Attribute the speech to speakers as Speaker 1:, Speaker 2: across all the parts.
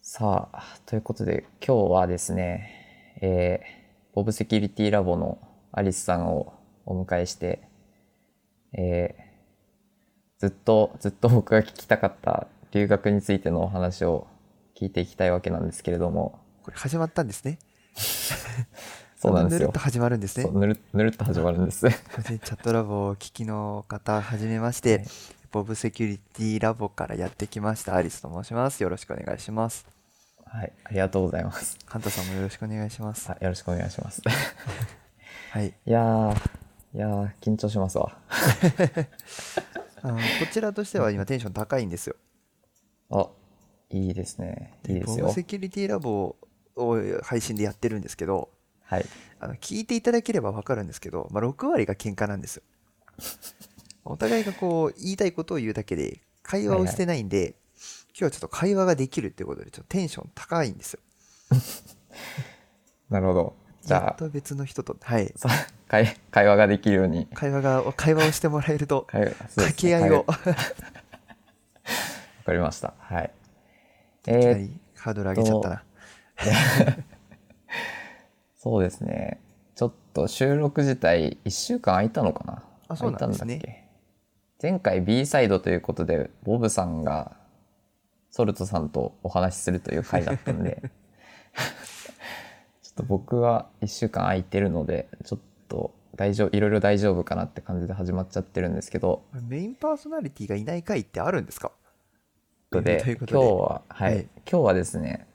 Speaker 1: さあ、ということで今日はですね、えーボブセキュリティラボのアリスさんをお迎えして、えーずっと、ずっと僕が聞きたかった留学についてのお話を聞いていきたいわけなんですけれども、
Speaker 2: これ始まったんですね。
Speaker 1: そうなんです
Speaker 2: ぬる
Speaker 1: よ
Speaker 2: っと。始まるんですね
Speaker 1: そう。ぬるぬるっと始まるんです。
Speaker 2: すいませんチャットラボをお聞きの方、はじめまして。ボブセキュリティラボからやってきました、アリスと申します。よろしくお願いします。
Speaker 1: はい、ありがとうございます。
Speaker 2: カンタさんもよろしくお願いします。
Speaker 1: あよろしくお願いします。
Speaker 2: はい。
Speaker 1: いやー、いやー、緊張しますわ。
Speaker 2: あのこちらとしては今テンション高いんですよ。
Speaker 1: あ、いいですね。いいです
Speaker 2: ボ
Speaker 1: よ
Speaker 2: ブ。セキュリティラボを配信でやってるんですけど、
Speaker 1: はい。
Speaker 2: あの聞いていただければ分かるんですけど、まあ、6割が喧嘩なん ですよ。お互いがこう言いたいことを言うだけで会話をしてないんで、今日はちょっと会話ができるってことでちょっとテンション高いんですよ。
Speaker 1: なるほど。じ
Speaker 2: や
Speaker 1: ゃ
Speaker 2: っ
Speaker 1: あ、
Speaker 2: と別の人と、はい、
Speaker 1: さ会会話ができるように。
Speaker 2: 会話が会話をしてもらえる と
Speaker 1: 会そうですね
Speaker 2: 掛け合い
Speaker 1: 会
Speaker 2: を
Speaker 1: わ かりました。はい。え
Speaker 2: いきな
Speaker 1: ー、
Speaker 2: りハードル上げちゃったな。
Speaker 1: そうですね。ちょっと収録自体1週間空いたのかな
Speaker 2: あそうなんですね
Speaker 1: 空いたんだっけ前回 B サイドということで、ボブさんがソルトさんとお話しするという回だったんで、 ちょっと僕は1週間空いてるので、ちょっと大丈夫、いろいろ大丈夫かなって感じで始まっちゃってるんですけど、
Speaker 2: メインパーソナリティがいない回ってあるんですか
Speaker 1: ということで
Speaker 2: ということで
Speaker 1: 今日は、はい、
Speaker 2: はい
Speaker 1: 今日はですね、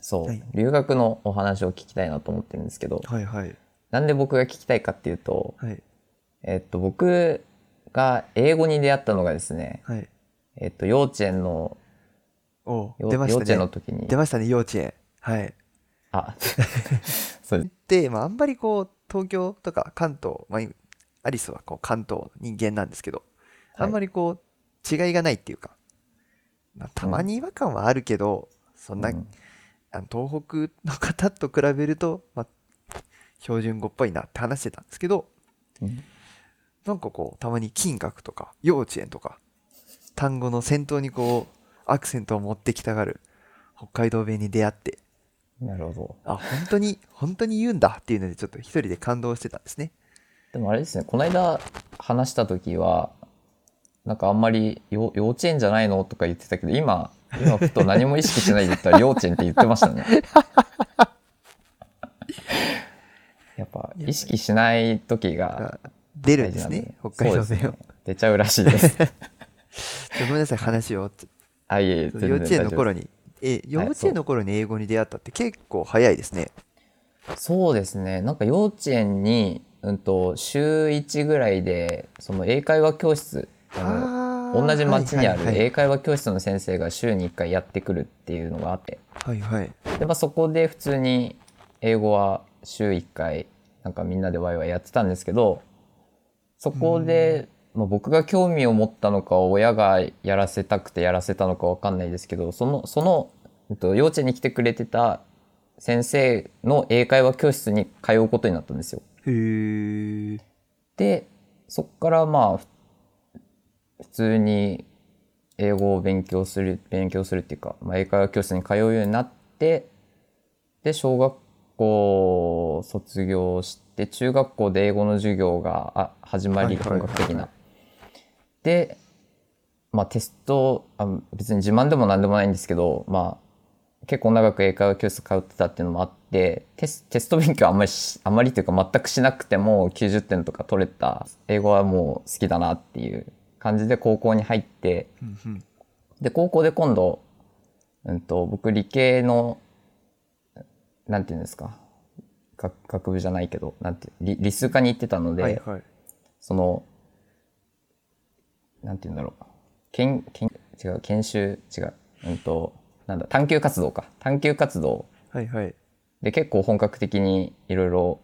Speaker 1: そう、
Speaker 2: はい
Speaker 1: 留学のお話を聞きたいなと思ってるんですけど、
Speaker 2: はいはい
Speaker 1: なんで僕が聞きたいかっていうと、
Speaker 2: はい
Speaker 1: えっと、僕が英語に出会ったのがですね、
Speaker 2: はい。
Speaker 1: えっと、幼稚園の、
Speaker 2: おう
Speaker 1: よ
Speaker 2: 出ま
Speaker 1: 幼
Speaker 2: し
Speaker 1: 稚
Speaker 2: た
Speaker 1: 園の
Speaker 2: ね。
Speaker 1: 時に
Speaker 2: 出、ましたね、幼稚園。はい。
Speaker 1: あ、 そうです。
Speaker 2: で、まあ、あんまりこう東京とか関東、まあ、いアリスはこう関東の人間なんですけど、あんま
Speaker 1: り、
Speaker 2: りこう違いがないっていうか、まあ、たまに違和感はあるけど、そんな、
Speaker 1: うん
Speaker 2: あの東北の方と比べると、まあ、標準語っぽいなって話してたんですけど
Speaker 1: うん
Speaker 2: なんかこうたまに金額とか幼稚園とか単語の先頭にこうアクセントを持ってきたがる北海道弁に出会って
Speaker 1: なるほど。
Speaker 2: あ本当に本当に言うんだっていうのでちょっと一人で感動してたんですね。
Speaker 1: でもあれですね、この間話した時は、なんかあんまりよ幼稚園じゃないのとか言ってたけど、今、今ふと何も意識しないで言 ったら幼稚園って言ってましたね。やっぱ意識しない時が
Speaker 2: が出る
Speaker 1: 大事な
Speaker 2: んです
Speaker 1: んで
Speaker 2: ね、北海道
Speaker 1: そうです
Speaker 2: 弁を
Speaker 1: ね。出ちゃうらしいです。
Speaker 2: ちょごめんなさい、話を。
Speaker 1: あ、いえい え、全然
Speaker 2: 幼稚園の
Speaker 1: 大丈夫です
Speaker 2: 頃に、え、幼稚園の頃に英語に出会ったって結構早いですね。
Speaker 1: そうですね。なんか幼稚園に、うんと、週1ぐらいで、その英会話教室、あ
Speaker 2: あ
Speaker 1: の、
Speaker 2: ー
Speaker 1: 同じ町にある
Speaker 2: はい
Speaker 1: 英会話教室の先生が週に1回やってくるっていうのがあって、
Speaker 2: はいはい。はい
Speaker 1: で、まあそこで普通に英語は週1回、なんかみんなでワイワイやってたんですけど、そこで、まあ、僕が興味を持ったのか、親がやらせたくてやらせたのかわかんないですけど、その、その、うんと幼稚園に来てくれてた先生の英会話教室に通うことになったんですよ。
Speaker 2: へー。
Speaker 1: でそこからまあふ普通に英語を勉強する勉強するっていうか、まあ、英会話教室に通うようになってで小学校を卒業して中学校で英語の授業があ始まり
Speaker 2: はいは
Speaker 1: 本
Speaker 2: いはい
Speaker 1: 格的な。で、まあ、テストあ別に自慢でも何でもないんですけど、まあ、結構長く英会話教室通ってたっていうのもあってテステスト勉強あんまりしあんまりというか全くしなくても90点とか取れた英語はもう好きだなっていう感じで高校に入って。
Speaker 2: うんうん
Speaker 1: で高校で今度、うん、と僕理系のなんていうんですか学学部じゃないけどなんて理理数科に行ってたので、
Speaker 2: はいはい。
Speaker 1: そのなんていうんだろう研研違う研修違う、うん、となんだ探究活動か探究活動
Speaker 2: はいはい。
Speaker 1: で結構本格的にいろいろ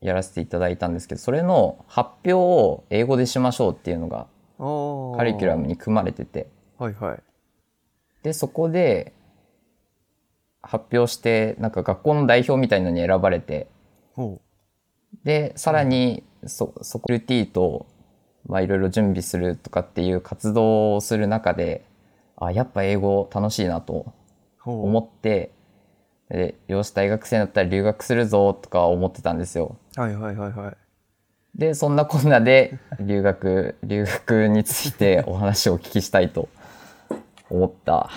Speaker 1: やらせていただいたんですけどそれの発表を英語でしましょうっていうのが
Speaker 2: おー
Speaker 1: カリキュラムに組まれてて。
Speaker 2: はいはい。
Speaker 1: でそこで発表してなんか学校の代表みたいのに選ばれて
Speaker 2: おう
Speaker 1: でさらにそそこ LT とまあいろいろ準備するとかっていう活動をする中であやっぱ英語楽しいなと思って、でよし大学生になったら留学するぞとか思ってたんですよ。
Speaker 2: はいはいはいはい。
Speaker 1: でそんなこんなで留学 留学についてお話をお聞きしたいと思った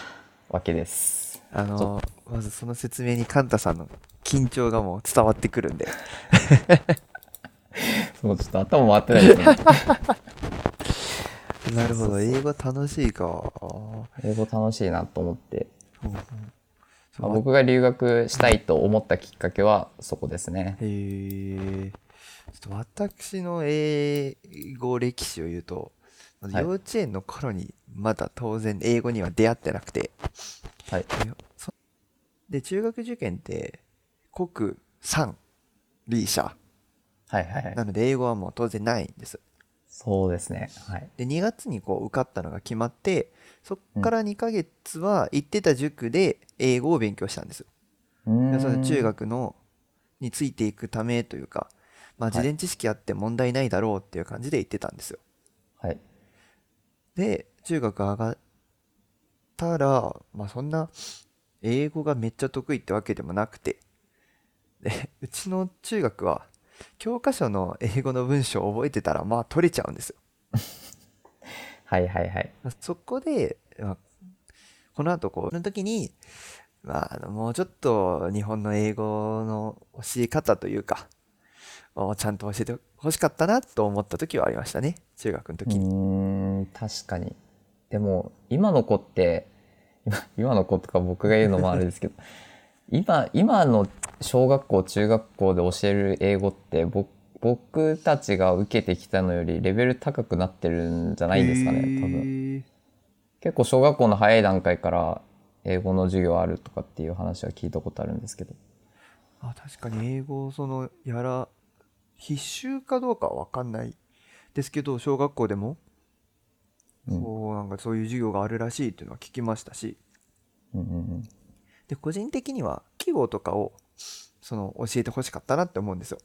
Speaker 1: わけです。
Speaker 2: あの、まずその説明にカンタさんの緊張がもう伝わって くるんで。
Speaker 1: もうちょっと頭回ってないですね。
Speaker 2: なるほど、英語楽しいか。あー
Speaker 1: 英語楽しいなと思って、
Speaker 2: うんうん
Speaker 1: まあ、僕が留学したいと思ったきっかけはそこですね。
Speaker 2: へえ。ちょっと私の英語歴史を言うと、
Speaker 1: はい
Speaker 2: 幼稚園の頃にまだ当然英語には出会ってなくて、
Speaker 1: はい
Speaker 2: そで、中学受験って、国、産、理、社。
Speaker 1: はいはいはい
Speaker 2: な。ので英語はもう当然ないんです。
Speaker 1: そうですね。はい。
Speaker 2: で2月にこう受かったのが決まってそっから2ヶ月は行ってた塾で英語を勉強したんですよ、
Speaker 1: うーん
Speaker 2: その中学のについていくためというか、ま
Speaker 1: は
Speaker 2: あ、
Speaker 1: い
Speaker 2: 事前知識あって問題ないだろうっていう感じで行ってたんですよ
Speaker 1: はい。
Speaker 2: で中学上がったら、まあ、そんな英語がめっちゃ得意ってわけでもなくてでうちの中学は教科書の英語の文章を覚えてたらまあ取れちゃうんですよ
Speaker 1: はいはいはい。
Speaker 2: まあそこで、まあこの後こう、の時に、まあ、あのもうちょっと日本の英語の教え方というか、をちゃんと教えてほしかったなと思った時はありましたね。中学の
Speaker 1: う
Speaker 2: 時
Speaker 1: ー
Speaker 2: に。
Speaker 1: ん、確かに。でも、今の子って、今今の子とか僕が言うのもあれですけど、 今、今の小学校、中学校で教える英語って、ぼ僕たちが受けてきたのよりレベル高くなってるんじゃないんですかね、多分。
Speaker 2: 分。
Speaker 1: 結構小学校の早い段階から英語の授業あるとかっていう話は聞いたことあるんですけど。
Speaker 2: あ確かに英語をその、やら、必修かどうかはわかんないですけど、小学校でも、
Speaker 1: うん
Speaker 2: こう、なんかそういう授業があるらしいっていうのは聞きましたし、
Speaker 1: うんうんうん、
Speaker 2: で、個人的には、記号とかを、その、教えてほしかったなって思うんですよ。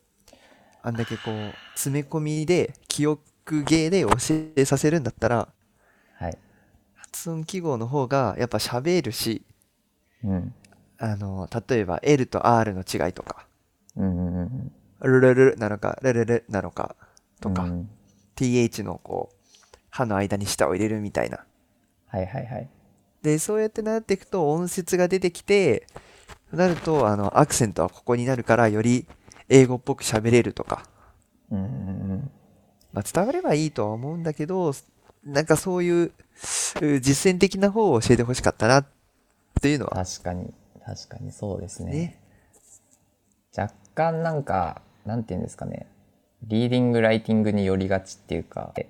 Speaker 2: あんだけこう、詰め込みで、記憶芸で教えさせるんだったら、
Speaker 1: はい。
Speaker 2: 発音記号の方が、やっぱ喋るし、
Speaker 1: うん。
Speaker 2: あの、例えば L と R の違いとか、
Speaker 1: うんうんうんうん。
Speaker 2: ルルルルなのか、ルルルなのか、とか、
Speaker 1: うん
Speaker 2: TH のこう、歯の間に舌を入れるみたいな。
Speaker 1: はいはいはい。
Speaker 2: で、そうやってなっていくと音節が出てきて、なると、あの、アクセントはここになるから、より英語っぽく喋れるとか、
Speaker 1: うんうんうん。
Speaker 2: まあ、伝わればいいとは思うんだけど、なんかそういうう実践的な方を教えてほしかったなっていうのは
Speaker 1: 確かに確かにそうですね
Speaker 2: ね。
Speaker 1: 若干なんかなんていうんですかねリーディングライティングに寄りがちっていうかえ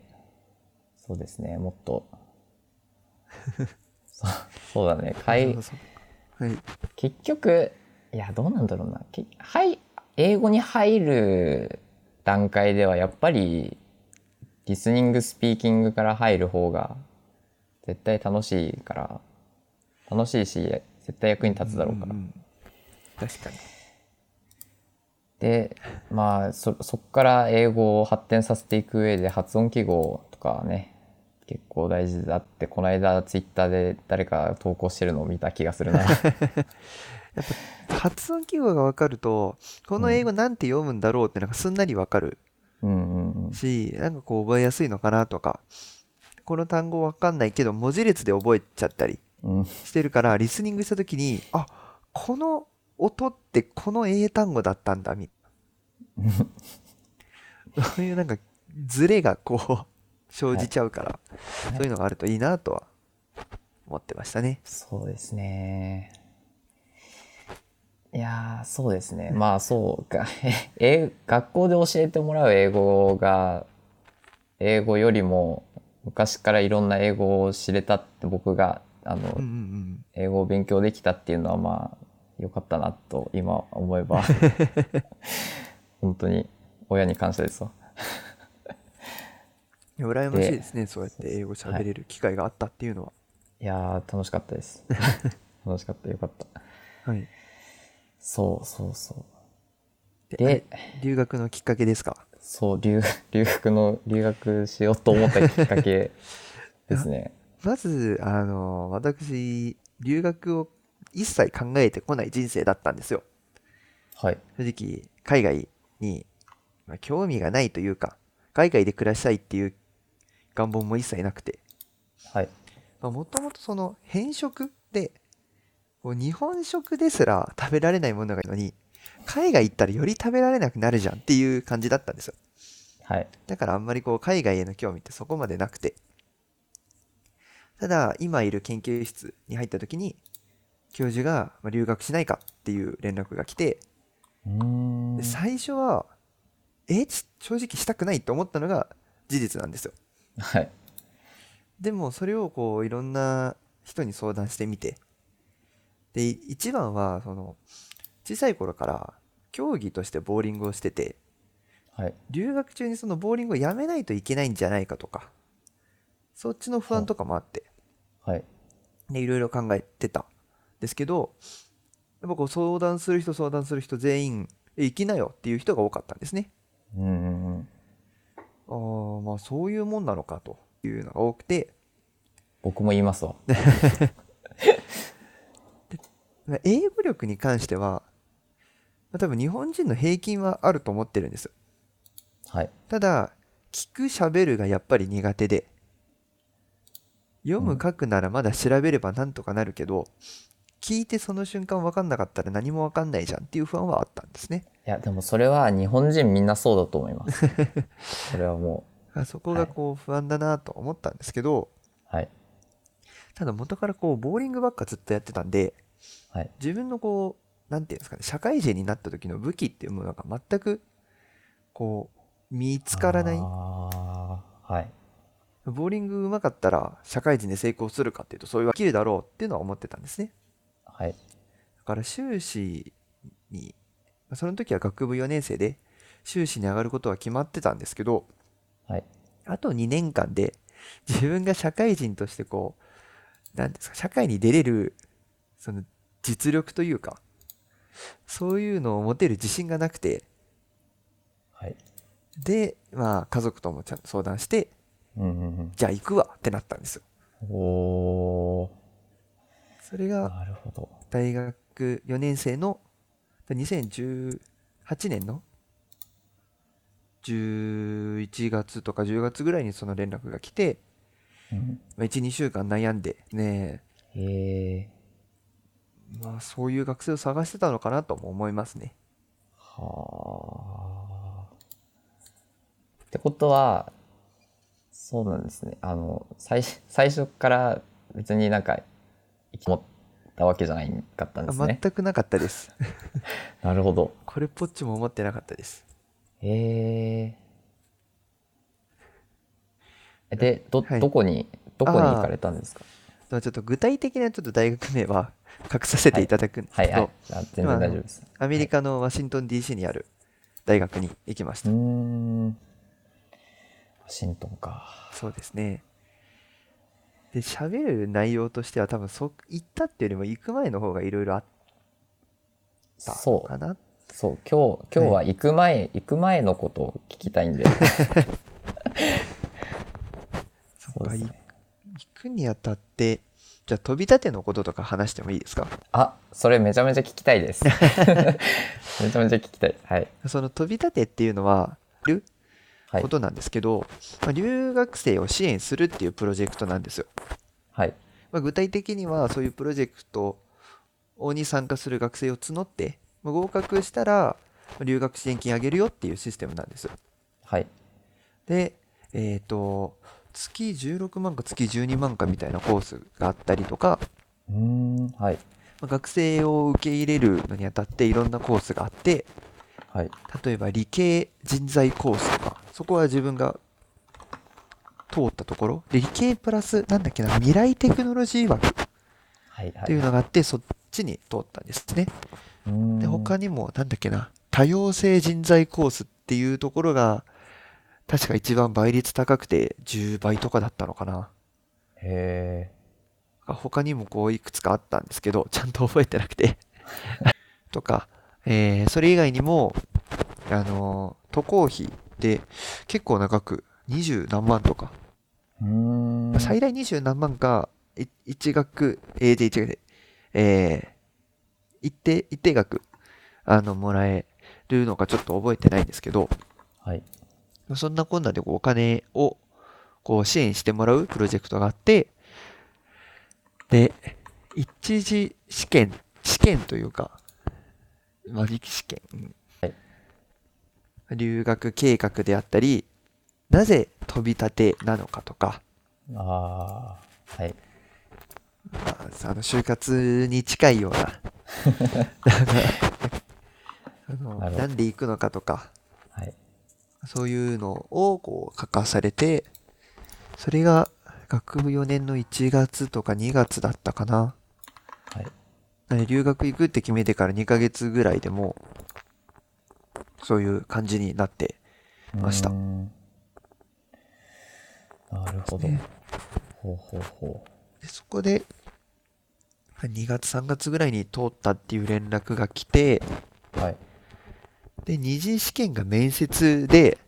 Speaker 1: そうですねもっ とそうそうだね会
Speaker 2: そうそうそうはい。
Speaker 1: 結局いやどうなんだろうなけはい英語に入る段階ではやっぱりリスニングスピーキングから入る方が絶対楽しいから楽しいし絶対役に立つだろうから
Speaker 2: んん確かに。
Speaker 1: でまあそそっから英語を発展させていく上で発音記号とかね結構大事だってこの間ツイッターで誰か投稿してるのを見た気がするな
Speaker 2: 発音記号が分かると、この英語なんて読むんだろうってなんかすんなり分かる
Speaker 1: うんうんうん
Speaker 2: し、なんかこう覚えやすいのかなとか、この単語分かんないけど、文字列で覚えちゃったり
Speaker 1: うん
Speaker 2: してるから、リスニングした時に、あ、この音ってこの英単語だったんだ、みそういうなんかズレがこう生じちゃうから、そういうのがあるといいなとは思ってましたね。
Speaker 1: そうですねいやーそうですねまあそうか え学校で教えてもらう英語が英語よりも昔からいろんな英語を知れたって僕があの、
Speaker 2: うんうんうん。
Speaker 1: 英語を勉強できたっていうのはまあ良かったなと今思え ば本当に親に感謝ですわ
Speaker 2: いや羨ましいですね、そうやって英語喋れる機会があったっていうのは。
Speaker 1: いやー楽しかったです 楽しかったよかった
Speaker 2: はい。
Speaker 1: そうそうそう
Speaker 2: で、
Speaker 1: で
Speaker 2: あ留学のきっかけですか
Speaker 1: そう留 留学の留学しようと思ったきっか けですね
Speaker 2: まず、あの、私、留学を一切考えてこない人生だったんですよ。
Speaker 1: はい。
Speaker 2: 正直、海外に、まあ、興味がないというか、海外で暮らしたいっていう願望も一切なくて、
Speaker 1: はい。
Speaker 2: もともとその偏食で、こう日本食ですら食べられないものがいいのに、海外行ったらより食べられなくなるじゃんっていう感じだったんですよ。
Speaker 1: はい。
Speaker 2: だからあんまりこう海外への興味ってそこまでなくて。ただ、今いる研究室に入った時に、教授がまあ留学しないかっていう連絡が来て、
Speaker 1: うーん
Speaker 2: で最初は、えち正直したくないと思ったのが事実なんですよ。
Speaker 1: はい。
Speaker 2: でもそれをこういろんな人に相談してみてでい一番はその小さい頃から競技としてボーリングをしてて
Speaker 1: はい。
Speaker 2: 留学中にそのボーリングをやめないといけないんじゃないかとかそっちの不安とかもあって
Speaker 1: はい。
Speaker 2: でいろいろ考えてたんですけどやっぱこう相談する人相談する人全員「え行きなよ」っていう人が多かったんですね。
Speaker 1: うーん。
Speaker 2: ああまあそういうもんなのかというのが多くて
Speaker 1: 僕も言いますわ。
Speaker 2: まあ英語力に関しては、まあ多分日本人の平均はあると思ってるんです。
Speaker 1: はい。
Speaker 2: ただ、聞く喋るがやっぱり苦手で、読
Speaker 1: う
Speaker 2: む
Speaker 1: ん
Speaker 2: 書くならまだ調べればなんとかなるけど、聞いてその瞬間分かんなかったら何も分かんないじゃんっていう不安はあったんですね。
Speaker 1: いや、でもそれは日本人みんなそうだと思い ます。それはも
Speaker 2: あそこがこう不安だなと思ったんですけど、
Speaker 1: う。はい。
Speaker 2: ただ元からこうボーリングばっかずっとやってたんで、
Speaker 1: はい。
Speaker 2: 自分のこう、なんていうんですかね、社会人になった時の武器っていうものが全く、こう、見つからない
Speaker 1: あ。ーはい。
Speaker 2: ボーリングうまかったら社会人で成功するかっていうとそういうわけるだろうっていうのは思ってたんですね
Speaker 1: はい。
Speaker 2: だから修士にまあその時は学部4年生で修士に上がることは決まってたんですけど
Speaker 1: はい。
Speaker 2: あと2年間で自分が社会人としてこう何ですか社会に出れるその実力というかそういうのを持てる自信がなくて
Speaker 1: はい。
Speaker 2: でまあ家族ともちゃんと相談して
Speaker 1: うんうん
Speaker 2: じゃあ行くわってなったんですよ
Speaker 1: うん。お
Speaker 2: それ
Speaker 1: ー。
Speaker 2: が
Speaker 1: なるほど。
Speaker 2: 大学4年生の2018年の11月とか10月ぐらいにその連絡が来て、
Speaker 1: うん
Speaker 2: まあ、12週間悩んでね
Speaker 1: へえ。
Speaker 2: えまあそういう学生を探してたのかなとも思いますね
Speaker 1: はあ。ってことは、そうなんですね。あの、最最初から別になんか、生き持ったわけじゃないかったん
Speaker 2: あ
Speaker 1: ですね。
Speaker 2: 全くなかったです
Speaker 1: なるほど。
Speaker 2: これっぽっちも思ってなかったです
Speaker 1: へえ。で、ど、
Speaker 2: はい
Speaker 1: どこに、どこに行かれたんですか
Speaker 2: ではちょっと具体的なちょっと大学名は 隠させていただくんです
Speaker 1: は
Speaker 2: け
Speaker 1: い
Speaker 2: ど、
Speaker 1: はい。あ全然大丈夫です。
Speaker 2: アメリカのワシントン DC にある大学に行きまし
Speaker 1: う
Speaker 2: た、
Speaker 1: ーん。ワシントンか。
Speaker 2: そうですね。で、喋る内容としては多分そ、行ったっていうよりも行く前の方がいろいろあった
Speaker 1: そう。
Speaker 2: かな。
Speaker 1: そう今日今日は行く前、行く前のことを聞きたいんで
Speaker 2: そ
Speaker 1: そう
Speaker 2: っか、
Speaker 1: です
Speaker 2: 行
Speaker 1: ね
Speaker 2: くにあたって、じゃあ飛び立てのこととか話してもいいですか
Speaker 1: あそれめちゃめちゃ聞きたいです めちゃめちゃ聞きたいはい
Speaker 2: その飛び立てっていうのは、る
Speaker 1: はい
Speaker 2: ことなんですけど、まあ、留学生を支援するっていうプロジェクトなんですよ。
Speaker 1: はい
Speaker 2: まあ、具体的にはそういうプロジェクトに参加する学生を募って、まあ、合格したらまあ留学支援金あげるよっていうシステムなんです。
Speaker 1: はい
Speaker 2: で、えっ、と、月16万か月12万かみたいなコースがあったりとか、
Speaker 1: うーんはい
Speaker 2: まあ学生を受け入れるのにあたっていろんなコースがあって、
Speaker 1: はい
Speaker 2: 例えば理系人材コースとか、そこは自分が通ったところ、で理系プラス、なんだっけな、未来テクノロジー枠っ
Speaker 1: はいはい
Speaker 2: ていうのがあって、そっちに通ったんですね。
Speaker 1: うーん
Speaker 2: で、他にも、なんだっけな、多様性人材コースっていうところが、確か一番倍率高くて10倍とかだったのかな。
Speaker 1: へ
Speaker 2: 他にもこういくつかあったんですけど、ちゃんと覚えてなくて とか、えーそれ以外にも、あのー渡航費で結構長く20何万とか、
Speaker 1: えうーん
Speaker 2: 最大20何万か、い一学、えー、で一学で、え一定、一定額、あの、もらえるのかちょっと覚えてないんですけど、
Speaker 1: はい。
Speaker 2: そんなこんなでこうお金をこう支援してもらうプロジェクトがあって、で、一次試験、試験というか、まあ、力試験、うん
Speaker 1: はい
Speaker 2: 留学計画であったり、なぜ飛び立てなのかとか、
Speaker 1: ああ、はい。
Speaker 2: まあ、あの就活に近いよう ななんかあの
Speaker 1: なるほど
Speaker 2: なんで行くのかとか
Speaker 1: はい。
Speaker 2: そういうのをこう書かされて、それが学部4年の1月とか2月だったかな。
Speaker 1: はい。
Speaker 2: なんで留学行くって決めてから2ヶ月ぐらいでもう、そういう感じになってました
Speaker 1: うーんなるほど。
Speaker 2: ね
Speaker 1: ほうほうほ
Speaker 2: でそこで、2月3月ぐらいに通ったっていう連絡が来て、
Speaker 1: う。はい。
Speaker 2: で、二次試験が面接で、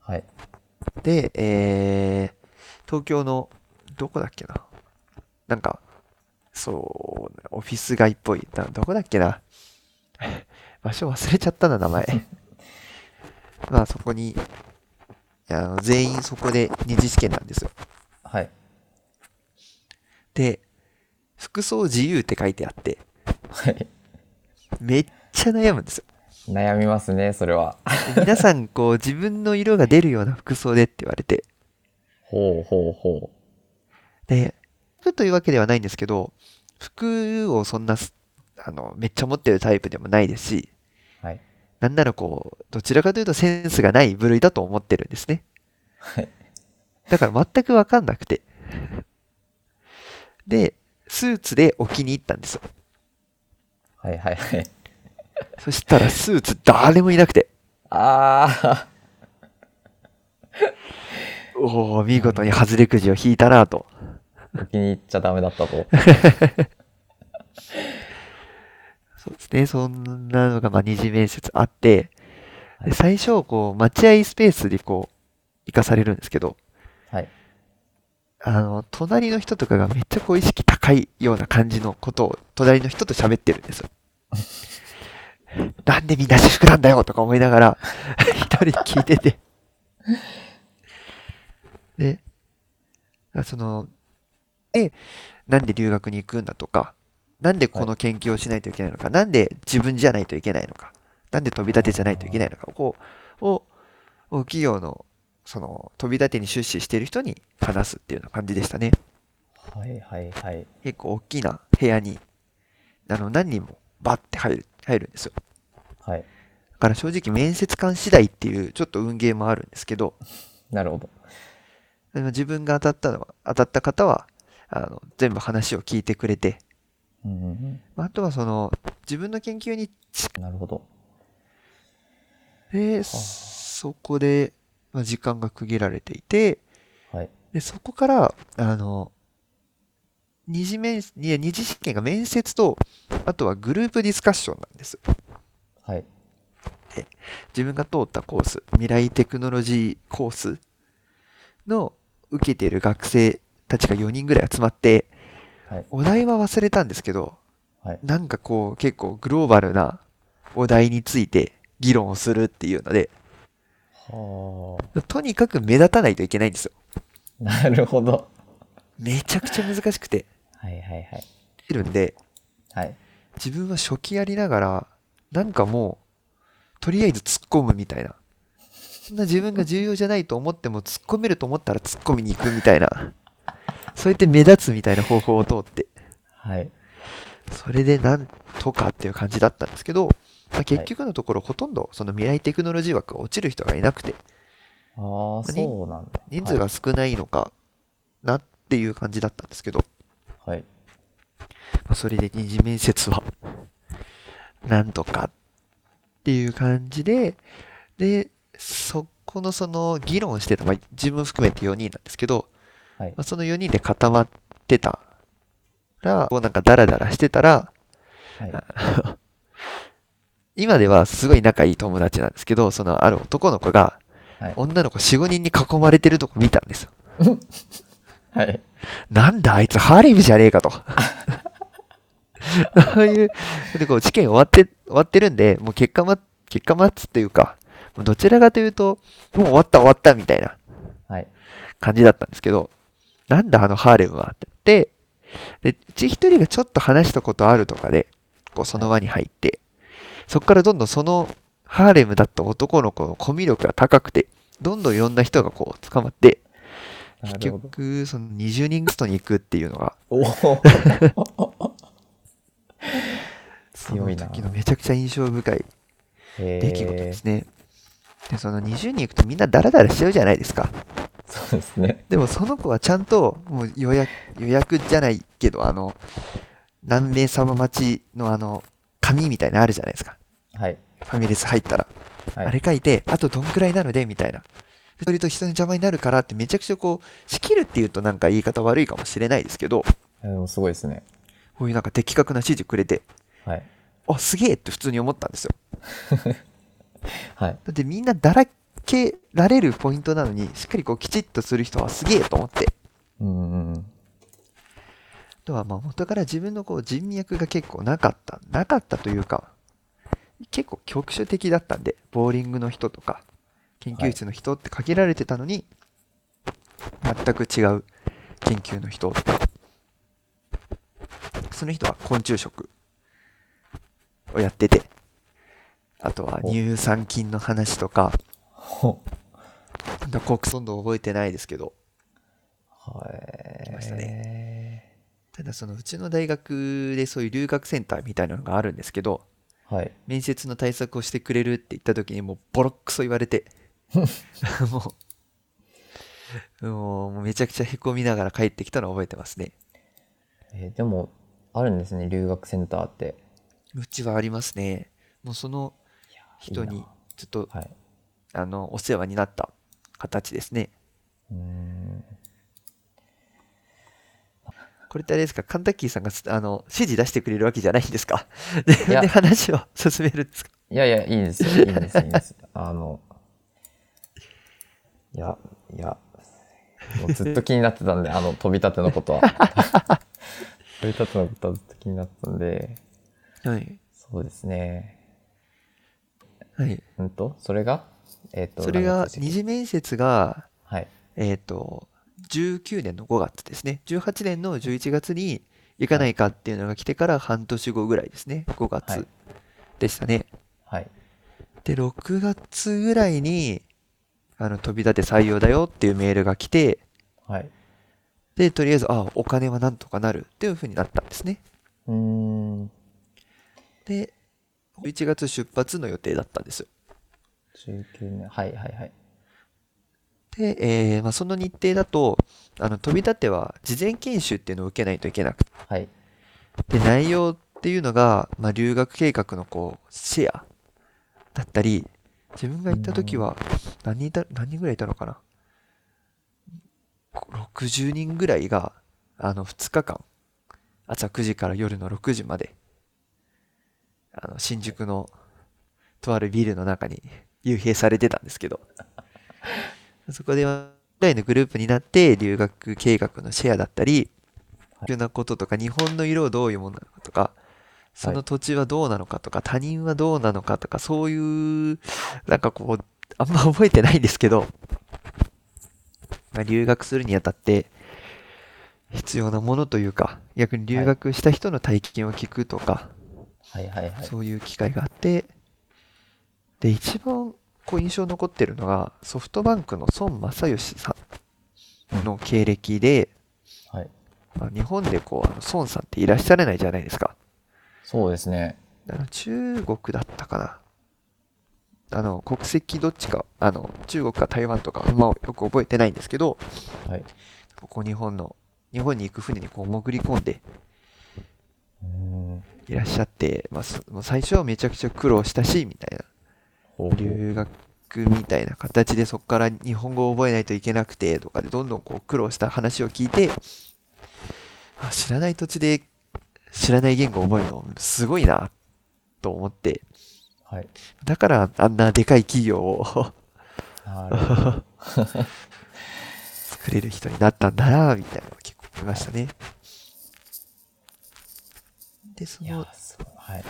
Speaker 1: はい。
Speaker 2: で、えー、東京の、どこだっけななんか、そう、オフィス街っぽい。などこだっけな 場所忘れちゃったな、名前。 まあ、そこに、いやあの全員そこで二次試験なんですよ。
Speaker 1: はい。
Speaker 2: で、服装自由って書いてあって、
Speaker 1: はい。
Speaker 2: めっちゃ悩むんですよ。
Speaker 1: 悩みますね、それは。
Speaker 2: で皆さん、こう、自分の色が出るような服装でって言われて、
Speaker 1: ほうほうほ
Speaker 2: で、服というわけではないんですけど、服をそんなす、あの、めっちゃ持ってるタイプでもないですし、
Speaker 1: う。はい。
Speaker 2: なんならこう、どちらかというとセンスがない部類だと思ってるんですね。
Speaker 1: はい。
Speaker 2: だから全くわかんなくて。で、スーツで置きに行ったんですよ。
Speaker 1: はいはいはい。
Speaker 2: そしたらスーツ誰もいなくて、
Speaker 1: あ
Speaker 2: おお見事に外れくじを引いたなと。
Speaker 1: あ、気に入っちゃダメだったと。
Speaker 2: そうですね、そんなのが、まあ、二次面接あって、で最初、こう、待合スペースでこう、行かされるんですけど、
Speaker 1: はい。
Speaker 2: あの、隣の人とかがめっちゃこう意識高いような感じのことを、隣の人と喋ってるんですよ。なんでみんな私服なんだよとか思いながら、 一人聞いてて。で、あその、で、なんで留学に行くんだとか、なんでこの研究をしないといけないのか、なんで自分じゃないといけないのか、なんで飛び立てじゃないといけないのか、こう、を、を企業のその飛び立てに出資している人に話すっていうような感じでしたね。
Speaker 1: はいはいはい。
Speaker 2: 結構大きな部屋に、あの、何人もバッて入る、入るんですよ。
Speaker 1: はい。
Speaker 2: だから正直面接官次第っていうちょっと運ゲーもあるんですけど、
Speaker 1: なるほど。
Speaker 2: でも自分が当たったのは、当たった方は、あの、全部話を聞いてくれて、
Speaker 1: うんうん
Speaker 2: まああとはその、自分の研究に
Speaker 1: うん。なるほど。
Speaker 2: で、そこで、まあ、時間が区切られていて、
Speaker 1: はい。
Speaker 2: で、そこから、あの、二次面、いや二次試験が面接と、あとはグループディスカッションなんです。
Speaker 1: はい。
Speaker 2: 自分が通ったコース、未来テクノロジーコースの受けている学生たちが4人ぐらい集まって、
Speaker 1: はい
Speaker 2: お題は忘れたんですけど、
Speaker 1: はい
Speaker 2: なんかこう結構グローバルなお題について議論をするっていうので、
Speaker 1: は
Speaker 2: とにかく目立たないといけないんですよ。
Speaker 1: あ。なるほど。
Speaker 2: めちゃくちゃ難しくて、
Speaker 1: はいはいはい。
Speaker 2: いるんで、
Speaker 1: はい。
Speaker 2: 自分は初期やりながら、なんかもう、とりあえず突っ込むみたいな。そんな自分が重要じゃないと思っても、突っ込めると思ったら突っ込みに行くみたいな。そうやって目立つみたいな方法を通って、
Speaker 1: はい。
Speaker 2: それでなんとかっていう感じだったんですけど、まあ、結局のところほとんどその未来テクノロジー枠が落ちる人がいなくて、
Speaker 1: ああ、そうなんだ。
Speaker 2: 人数が少ないのかなっていう感じだったんですけど、
Speaker 1: はい。
Speaker 2: まあそれで二次面接は、なんとかっていう感じで、で、そこのその議論してた、まあ、自分含めて4人なんですけど、
Speaker 1: はい
Speaker 2: まあ。その4人で固まってたら、こうなんかダラダラしてたら、
Speaker 1: はい。
Speaker 2: 今ではすごい仲いい友達なんですけど、そのある男の子が
Speaker 1: はい、
Speaker 2: 女の子4、5人に囲まれてるとこ見たんですよ。
Speaker 1: はい。
Speaker 2: なんだあいつハーレムじゃねえかと。 そういう、でこう試験終わって、終わってるんで、もう結果ま、結果待つというか、もうどちらかというと、もう終わった終わったみたいな
Speaker 1: はい。
Speaker 2: 感じだったんですけど、なんだあのハーレムはって言って、で、うち一人がちょっと話したことあるとかで、こうその輪に入って、そこからどんどんそのハーレムだった男の子のコミュ力が高くて、どんどんいろんな人がこう捕まって、
Speaker 1: な
Speaker 2: 結
Speaker 1: るほど。
Speaker 2: 局その20人ストに行くっていうのが、
Speaker 1: おお。
Speaker 2: その
Speaker 1: 強いな
Speaker 2: 時のめちゃくちゃ印象深い
Speaker 1: 出
Speaker 2: 出来事ですね。で、その20人行くとみんなダラダラしちゃうじゃないですか。
Speaker 1: そうですね。
Speaker 2: でもその子はちゃんと、もう予約、予約じゃないけど、あの、何名様待ちのあの、紙みたいなのあるじゃないですか。
Speaker 1: はい。
Speaker 2: ファミレス入ったら。
Speaker 1: はい、
Speaker 2: あれ書いて、あとどんくらいなので、みたいな。それと人の邪魔になるからってめちゃくちゃこう、仕切るっていうとなんか言い方悪いかもしれないですけど、
Speaker 1: でもすごいですね。
Speaker 2: こういうなんか的確な指示くれて、
Speaker 1: はい。
Speaker 2: あ、すげえって普通に思ったんですよ。
Speaker 1: はい。
Speaker 2: だってみんなだらけられるポイントなのに、しっかりこうきちっとする人はすげえと思って。
Speaker 1: うんうんう ん。
Speaker 2: あとはまあ元から自分のこう人脈が結構なかった、なかったというか、結構局所的だったんで、ボーリングの人とか、研究室の人って限られてたのに、全く違う研究の人とか、その人は昆虫食をやってて、あとは
Speaker 1: お
Speaker 2: 乳酸菌の話とか、
Speaker 1: ほ
Speaker 2: なんか国村道覚えてないですけど、
Speaker 1: はい。
Speaker 2: 来ましたね。ただそのうちの大学でそういう留学センターみたいなのがあるんですけど、
Speaker 1: はい。
Speaker 2: 面接の対策をしてくれるって言った時にもうボロックソ言われて もうもうもうめちゃくちゃへこみながら帰ってきたのを覚えてますね
Speaker 1: えーでも、あるんですね、留学センターって。
Speaker 2: うちはありますねもうその人
Speaker 1: いい
Speaker 2: に
Speaker 1: な
Speaker 2: ちょっと
Speaker 1: はい。
Speaker 2: あのお世話になった形ですね
Speaker 1: うーん。
Speaker 2: これってあれですかカンタッキーさんがすあの指示出してくれるわけじゃないんですか
Speaker 1: い
Speaker 2: で
Speaker 1: や
Speaker 2: で話を進めるんですか
Speaker 1: いやいや、いいです よ。いいです、いいです。あの、いや、いや、もうずっと気になってたんで、あの、飛び立てのことは。 飛び立てのことはずっと気になってたんで、
Speaker 2: はい、
Speaker 1: そうですね。
Speaker 2: はい、
Speaker 1: うんと、それがえっ、と、
Speaker 2: それ
Speaker 1: 何
Speaker 2: が
Speaker 1: でしたっけ
Speaker 2: 二次面接が
Speaker 1: はい。
Speaker 2: えっ、と、19年の5月ですね。18年の11月に行かないかっていうのが来てから半年後ぐらいですね。5
Speaker 1: は
Speaker 2: 月
Speaker 1: い
Speaker 2: でしたね。
Speaker 1: はい。
Speaker 2: で、6月ぐらいに、あの、飛び立て採用だよっていうメールが来て、
Speaker 1: はい。
Speaker 2: で、とりあえず、あ、お金はなんとかなるっていうふうになったんですね。
Speaker 1: うーん。
Speaker 2: で、11月出発の予定だったんですよ。
Speaker 1: 19年。はいはいはい。
Speaker 2: で、えーまあ、その日程だと、あの、飛び立ては事前研修っていうのを受けないといけなくて
Speaker 1: はい。
Speaker 2: で内容っていうのが、まあ、留学計画のこうシェアだったり自分が行った時は何人いた何人ぐらいいたのかな60人ぐらいがあの2日間朝9時から夜の6時まであの新宿のとあるビルの中に幽閉されてたんですけどそこではぐらいのグループになって留学計画のシェアだったり必要なこととか日本の色をどういうものなのかとかその土地はどうなのかとか他人はどうなのかとかそういうなんかこうあんま覚えてないんですけど、まあ、留学するにあたって必要なものというか逆に留学した人の体験を聞くとか、
Speaker 1: はいはいはい。
Speaker 2: そういう機会があってで一番こう印象に残ってるのがソフトバンクの孫正義さんの経歴で、
Speaker 1: はい。
Speaker 2: まあ、日本でこうあの孫さんっていらっしゃらないじゃないですか。
Speaker 1: そうですね。
Speaker 2: あの中国だったかな。あの国籍どっちか、あの中国か台湾とか、まあ、よく覚えてないんですけど、
Speaker 1: はい。
Speaker 2: ここ日本の、日本に行く船にこう潜り込んで
Speaker 1: うーん。
Speaker 2: いらっしゃって、まあ、そもう最初はめちゃくちゃ苦労したし、みたいな。
Speaker 1: ほうほう
Speaker 2: 留学みたいな形でそこから日本語を覚えないといけなくてとかでどんどんこう苦労した話を聞いてあ知らない土地で知らない言語を覚えるのすごいなと思って
Speaker 1: はい。
Speaker 2: だからあんなでかい企業を
Speaker 1: なるほど。
Speaker 2: 作れる人になったんだなみたいなのを結構思いましたねで、そ
Speaker 1: いや
Speaker 2: の
Speaker 1: ー、そうはい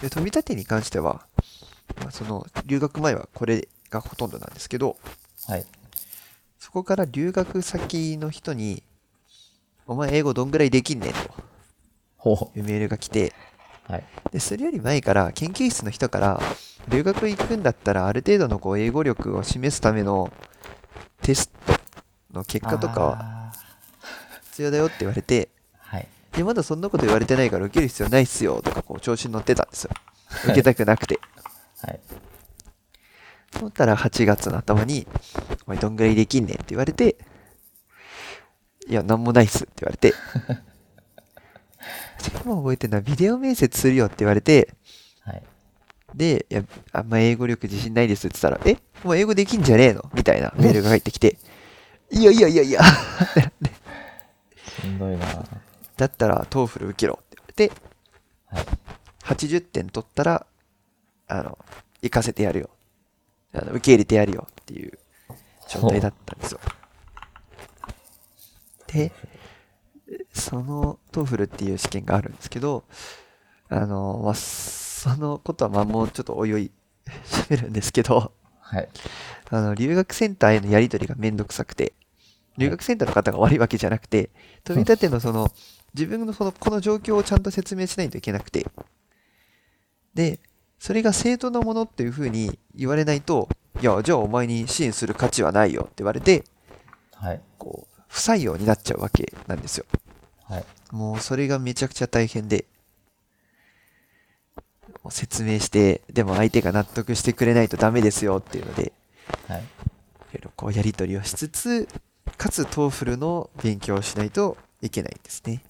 Speaker 2: で飛び立てに関しては、まあ、その留学前はこれがほとんどなんですけど、
Speaker 1: はい
Speaker 2: そこから留学先の人に、お前英語どんぐらいできんねんと
Speaker 1: ほ
Speaker 2: いうメールが来て、
Speaker 1: うはい
Speaker 2: で、それより前から研究室の人から、留学行くんだったらある程度のこう英語力を示すためのテストの結果とかは
Speaker 1: あ
Speaker 2: 必要だよって言われて、
Speaker 1: ーはい
Speaker 2: いやまだそんなこと言われてないから受ける必要ないっすよとかこう調子に乗ってたんですよ。受けたくなくて。
Speaker 1: はい
Speaker 2: と思ったら8月の頭に、お前どんぐらいできんねんって言われて、いや、なんもないっすって言われて、今覚えてるのはビデオ面接するよって言われて、
Speaker 1: はい
Speaker 2: で、いや、あんま英語力自信ないですって言ったら、えお前英語できんじゃねえのみたいなメールが返ってきて、いやいやいやいや、
Speaker 1: しんどいなー
Speaker 2: だったらトーフル受けろって言わ
Speaker 1: はい
Speaker 2: れて、80点取ったら、あの、行かせてやるよ。あの受け入れてやるよっていう状態だったんですよ。で、そのトーフルっていう試験があるんですけど、あの、まあ、そのことはまあもうちょっとおいおい喋るんですけど、
Speaker 1: はい
Speaker 2: あの、留学センターへのやり取りがめんどくさくて、留学センターの方が悪いわけじゃなくて、飛び立てのその、自分のその、この状況をちゃんと説明しないといけなくて、で、それが正当なものっていうふうに言われないと、いや、じゃあお前に支援する価値はないよって言われて、
Speaker 1: はい
Speaker 2: こう、不採用になっちゃうわけなんですよ。
Speaker 1: はい
Speaker 2: もうそれがめちゃくちゃ大変で、もう説明して、でも相手が納得してくれないとダメですよっていうので、
Speaker 1: はい
Speaker 2: いろいろこうやり取りをしつつ、かつ TOEFL の勉強をしないといけないんですね。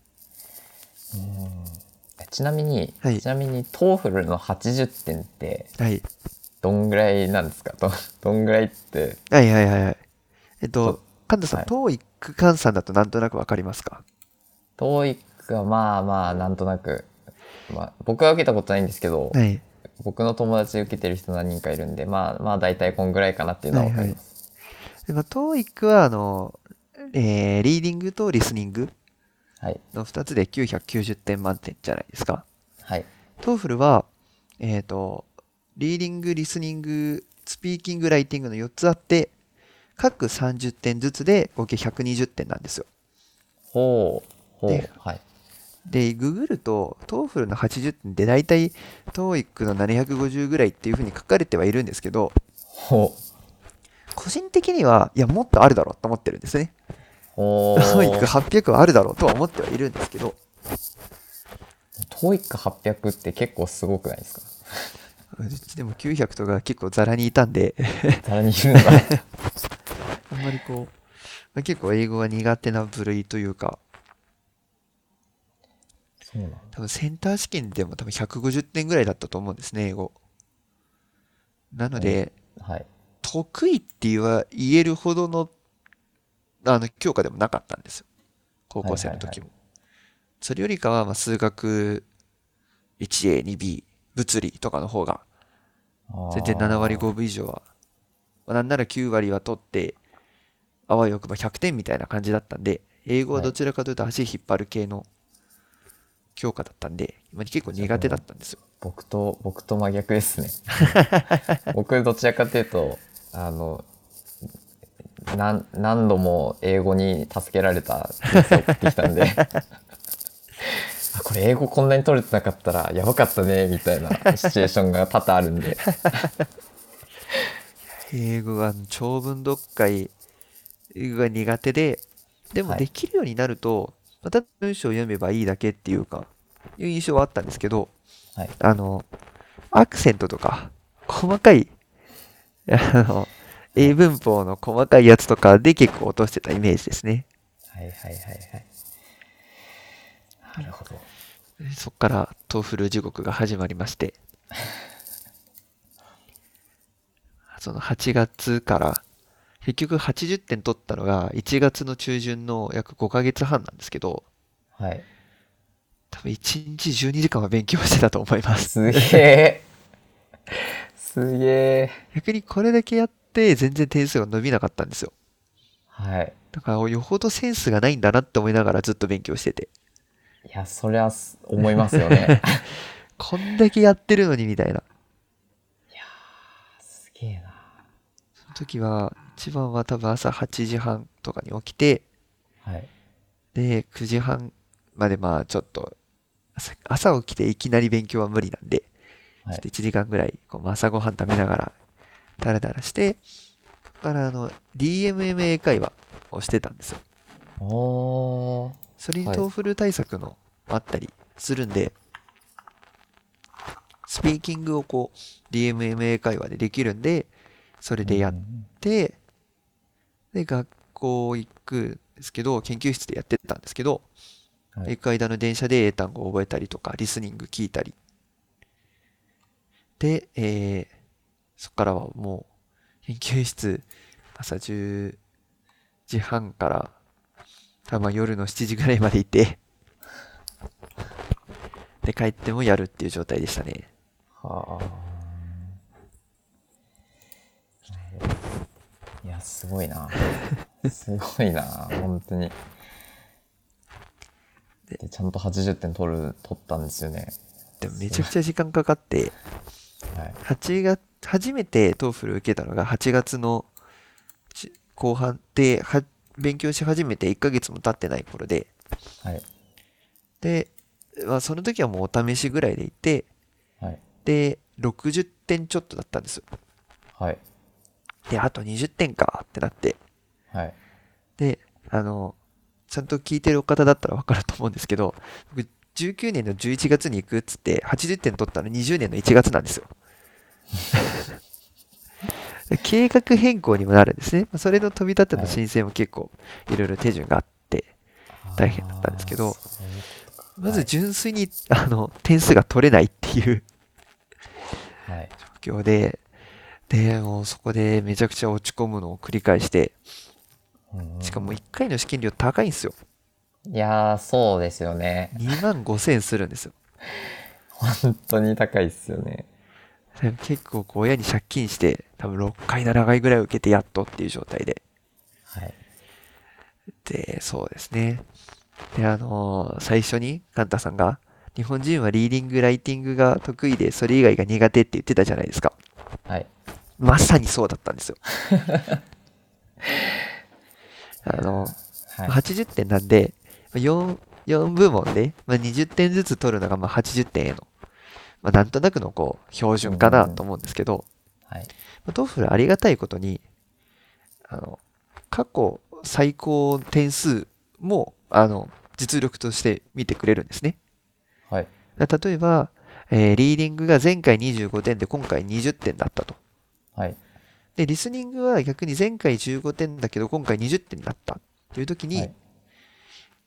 Speaker 1: えちなみに、
Speaker 2: はい
Speaker 1: ちなみにトーフルの80点って
Speaker 2: はい。
Speaker 1: どんぐらいなんですかど どんぐらいって
Speaker 2: はいはいはいはい。えっと、神田さん、
Speaker 1: はい
Speaker 2: TOEIC 換算だとなんとなくわかりますか
Speaker 1: トーイックはまあまあなんとなく、まあ、僕は受けたことないんですけど、
Speaker 2: はい。
Speaker 1: 僕の友達受けてる人何人かいるんでまあまあ大体こんぐらいかなっていうのは分かります、
Speaker 2: でまあ、TOEIC は、あの、えー、リーディングとリスニング
Speaker 1: はい
Speaker 2: の2つで990点満点じゃないですか。
Speaker 1: はい、
Speaker 2: TOEFL は、えっ、と、リーディング、リスニング、スピーキング、ライティングの4つあって、各30点ずつで合計120点なんですよ。
Speaker 1: ほうほう
Speaker 2: で
Speaker 1: はい
Speaker 2: で、ググると、トーフルの80点って大体、トーイックの750ぐらいっていうふうに書かれてはいるんですけど、
Speaker 1: ほう
Speaker 2: 個人的には、いや、もっとあるだろうと思ってるんですね。
Speaker 1: ほ
Speaker 2: ト
Speaker 1: う
Speaker 2: ーイック800はあるだろうとは思ってはいるんですけど、
Speaker 1: トーイック800って結構すごくないですか
Speaker 2: うちでも900とか結構ザラにいたんで、
Speaker 1: 誰に言うの か
Speaker 2: あんまりこう、まあ結構英語が苦手な部類というか、
Speaker 1: そうなんだ
Speaker 2: 多分センター試験でも多分150点ぐらいだったと思うんですね、英語。なので、
Speaker 1: はい
Speaker 2: 得意って言わ言えるほどのあの教科でもなかったんですよ高校生の時も、それよりかはまあ数学 1A2B 物理とかの方が
Speaker 1: あー
Speaker 2: 全然7割5分以上はまあなんなら9割は取ってあわよくば100点みたいな感じだったんで英語はどちらかというと足引っ張る系の教科だったんで今結構苦手だったんですよ
Speaker 1: 僕と僕と真逆です ね僕どちらかというとあのなん何度も英語に助けられた人生を送ってきたんで あこれ英語こんなに取れてなかったらやばかったねみたいなシチュエーションが多々あるんで
Speaker 2: 英語は長文読解が苦手で、でも
Speaker 1: はい
Speaker 2: できるようになると、また文章を読めばいいだけっていうか、いう印象はあったんですけど、
Speaker 1: はい
Speaker 2: あの、アクセントとか、細かい、あの、英文法の細かいやつとかで結構落としてたイメージですね。
Speaker 1: はいはいはいはいなるほど
Speaker 2: そっから、トーフル地獄が始まりまして、その8月から、結局80点取ったのが1月の中旬の約5ヶ月半なんですけど、
Speaker 1: はい
Speaker 2: 多分1日12時間は勉強してたと思います。
Speaker 1: すげえすげえ
Speaker 2: 逆にこれだけやって全然点数が伸びなかったんですよ。
Speaker 1: はい
Speaker 2: だからよほどセンスがないんだなって思いながらずっと勉強してて。
Speaker 1: いやや、そりゃす、思いますよ ね。
Speaker 2: こんだけやってるのにみたいな。
Speaker 1: すげえな。
Speaker 2: その時は、一番は多分朝8時半とかに起きて、
Speaker 1: はい。
Speaker 2: で、9時半までまあちょっと、朝朝起きていきなり勉強は無理なんで、ちょ
Speaker 1: はい
Speaker 2: っと1時間ぐらいこう朝ごはん食べながら、だらだらして、そこからあの、DMMA 英会話をしてたんですよ。
Speaker 1: おー。
Speaker 2: それに
Speaker 1: はい
Speaker 2: トーフル対策のあったりするんで、スピーキングをこう、DMMA 会話でできるんで、それでやって、で、学校行くんですけど、研究室でやってたんですけど、
Speaker 1: はい
Speaker 2: 行く間の電車で英単語を覚えたりとか、リスニング聞いたり。で、えーそこからはもう、研究室、朝10時半から、多分夜の7時ぐらいまでいて、で、帰ってもやるっていう状態でしたね。
Speaker 1: はあ。いや、すごいな。すごいな、本当に。でちゃんと80点取る、取ったんですよね。
Speaker 2: でもめちゃくちゃ時間かかって、
Speaker 1: はい。
Speaker 2: 8月、初めてトーフル受けたのが8月のち後半で、は勉強し始めて1ヶ月も経ってない頃で、
Speaker 1: はい。
Speaker 2: で、まあ、その時はもうお試しぐらいでいて、
Speaker 1: はい。
Speaker 2: で、60点ちょっとだったんですよ。
Speaker 1: はい。
Speaker 2: で、あと20点かってなって、
Speaker 1: はい。
Speaker 2: で、あの、ちゃんと聞いてるお方だったら分かると思うんですけど、僕、19年の11月に行くっつって、80点取ったの20年の1月なんですよ。 で計画変更にもなるんですね。まあそれの飛び立ての申請も結構いろいろ手順があって、大変だったんですけど
Speaker 1: あーそういうことか
Speaker 2: まず純粋に、あの、点数が取れないっていう
Speaker 1: はい。はい。
Speaker 2: 状況で、で、もうそこでめちゃくちゃ落ち込むのを繰り返して、
Speaker 1: うんうん
Speaker 2: しかも1回の試験料高いんですよ。
Speaker 1: いやー、そうですよね。
Speaker 2: 2万5千円するんですよ。
Speaker 1: 本当に高いですよね。
Speaker 2: でも 結構こう親に借金して、多分6回7回ぐらい受けてやっとっていう状態で。
Speaker 1: はい。
Speaker 2: で、そうですね。で、あのー最初にカンタさんが、日本人はリーディング、ライティングが得意で、それ以外が苦手って言ってたじゃないですか。
Speaker 1: はい。
Speaker 2: まさにそうだった んですよ。あの、
Speaker 1: はい。
Speaker 2: 80点なんで、4、4部門で、まあ、20点ずつ取るのがまあ80点への、まあ、なんとなくのこう、標準かなと思うんですけど、
Speaker 1: はい。
Speaker 2: まあトーフルありがたいことに、あの、過去最高点数も、あの、実力として見てくれるんですね。
Speaker 1: はい。
Speaker 2: だ例えば、えーリーディングが前回25点で今回20点だったと。
Speaker 1: はい。
Speaker 2: で、リスニングは逆に前回15点だけど今回20点だったという時に、
Speaker 1: はい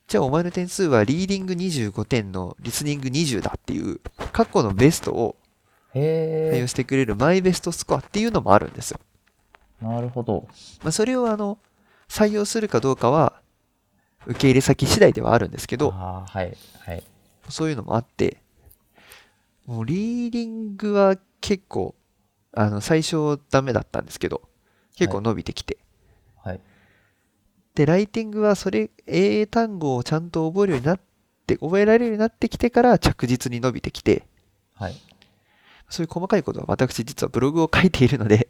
Speaker 2: じゃあお前の点数はリーディング25点のリスニング20だっていう過去のベストを対応
Speaker 1: へ
Speaker 2: してくれるマイベストスコアっていうのもあるんですよ。
Speaker 1: ー。なるほど。
Speaker 2: まあ、それをあの採用するかどうかは受け入れ先次第ではあるんですけど
Speaker 1: あーはい。はい。
Speaker 2: そういうのもあってもうリーディングは結構あの最初ダメだったんですけど結構伸びてきて、
Speaker 1: はい。
Speaker 2: でライティングはそれ英単語をちゃんと覚えるようになって覚えられるようになってきてから着実に伸びてきて
Speaker 1: はい。
Speaker 2: そういう細かいことは私実はブログを書いているので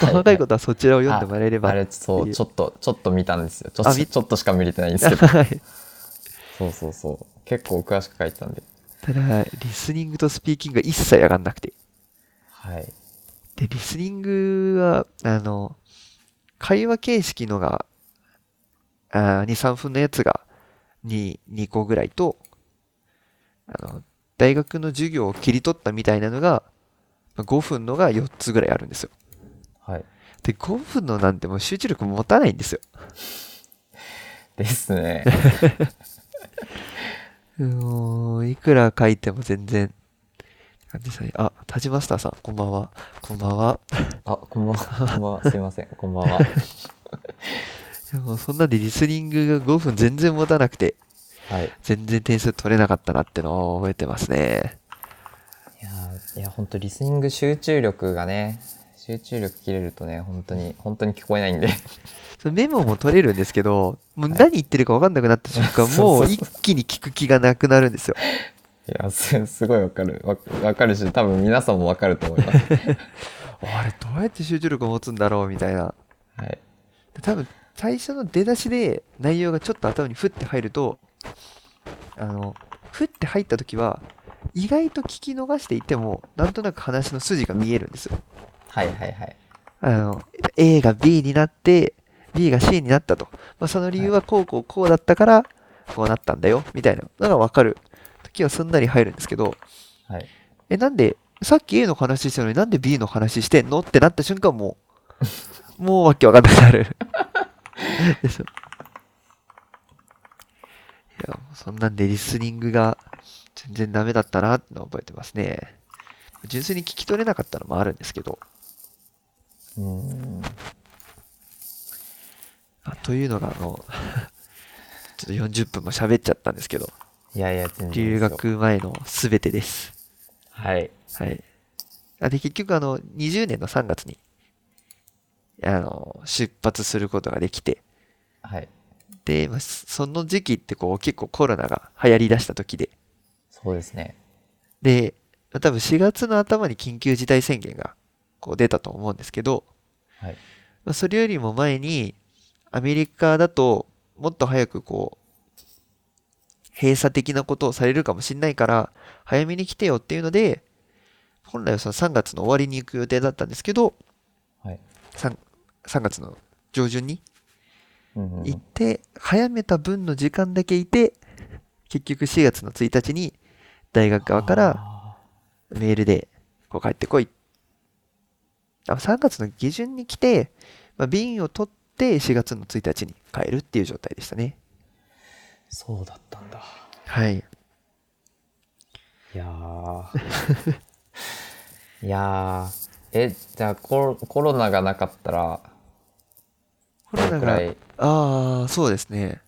Speaker 2: 細かいことはそちらを読んでもらえれば
Speaker 1: あれ、そう、ちょっと、ちょっと見たんですよ。ちょ
Speaker 2: あ
Speaker 1: っと
Speaker 2: 見
Speaker 1: ちょっとしか見れてないんです けど。
Speaker 2: はい
Speaker 1: そうそうそう。結構詳しく書いてたんで。
Speaker 2: ただリスニングとスピーキングが一切上がんなくて
Speaker 1: はい。
Speaker 2: で、リスニングは、あの、会話形式のが、あー2、3分のやつが2、2個ぐらいと、あの、大学の授業を切り取ったみたいなのが、まあ5分のが4つぐらいあるんですよ。
Speaker 1: はい。
Speaker 2: で、5分のなんてもう集中力持たないんですよ。
Speaker 1: です ね。
Speaker 2: うーん、いくら書いても全然。感じですねあ、田島スターさん、こんばんは。こんばんは。
Speaker 1: あ、こんばんは。こんばんは。すいません。こんばんは。
Speaker 2: でもそんなんでリスニングが5分全然持たなくて、
Speaker 1: はい。
Speaker 2: 全然点数取れなかったなってのを覚えてますね。
Speaker 1: いやーいや本当リスニング集中力がね集中力切れるとね本当に本当に聞こえないんで
Speaker 2: そのメモも取れるんですけど、もう何言ってるか分かんなくなった瞬間、もう一気に聞く気がなくなるんですよ。
Speaker 1: いや、すすごいわかる。わわかるし、多分皆さんもわかると思います。
Speaker 2: あれ、どうやって集中力を持つんだろうみたいな。
Speaker 1: はい。
Speaker 2: 多分、最初の出だしで内容がちょっと頭にふって入ると、あの、ふって入った時は、意外と聞き逃していても、なんとなく話の筋が見えるんですよ。
Speaker 1: はいはいはい。
Speaker 2: あの、A が B になって、B が C になったと。まあ、その理由はこうこうこうだったから、こうなったんだよ、みたいなのがわかる時はすんなり入るんですけど、
Speaker 1: はい。
Speaker 2: え、なんで、さっき A の話してるのになんで B の話してんのってなった瞬間もう、もうわけわかんなくなる。でしょ。いや、もうそんなんでリスニングが全然ダメだったなってのは覚えてますね。純粋に聞き取れなかったのもあるんですけど。
Speaker 1: うーん。
Speaker 2: あというのが、あの、ちょっと40分も喋っちゃったんですけど、
Speaker 1: いやいや、全然
Speaker 2: 留
Speaker 1: ですよ。
Speaker 2: 学前のすべてです。
Speaker 1: はい。
Speaker 2: はい。あで、結局、あの、20年の3月に、あの、出発することができて、
Speaker 1: はい。
Speaker 2: で、まあそその時期ってこう、結構コロナが流行り出した時で、
Speaker 1: そうですね。
Speaker 2: で、多分4月の頭に緊急事態宣言がこう出たと思うんですけど、
Speaker 1: はい。
Speaker 2: まあそれよりも前に、アメリカだと、もっと早くこう、閉鎖的なことをされるかもしれないから、早めに来てよっていうので、本来はその3月の終わりに行く予定だったんですけど、
Speaker 1: はい。
Speaker 2: 3, 3月の上旬に
Speaker 1: うんうん
Speaker 2: 行って、早めた分の時間だけいて、結局4月の1日に大学側から
Speaker 1: あ
Speaker 2: メールで、こう帰ってこい。あ3月の下旬に来て、まあ、便を取って4月の1日に帰るっていう状態でしたね。
Speaker 1: ーそうだったんだ。
Speaker 2: はい。
Speaker 1: いやー。 いやー。え、じゃあコロコロナがなかったら、
Speaker 2: コロナ
Speaker 1: く
Speaker 2: が
Speaker 1: ら、い。
Speaker 2: ああ、そうですね。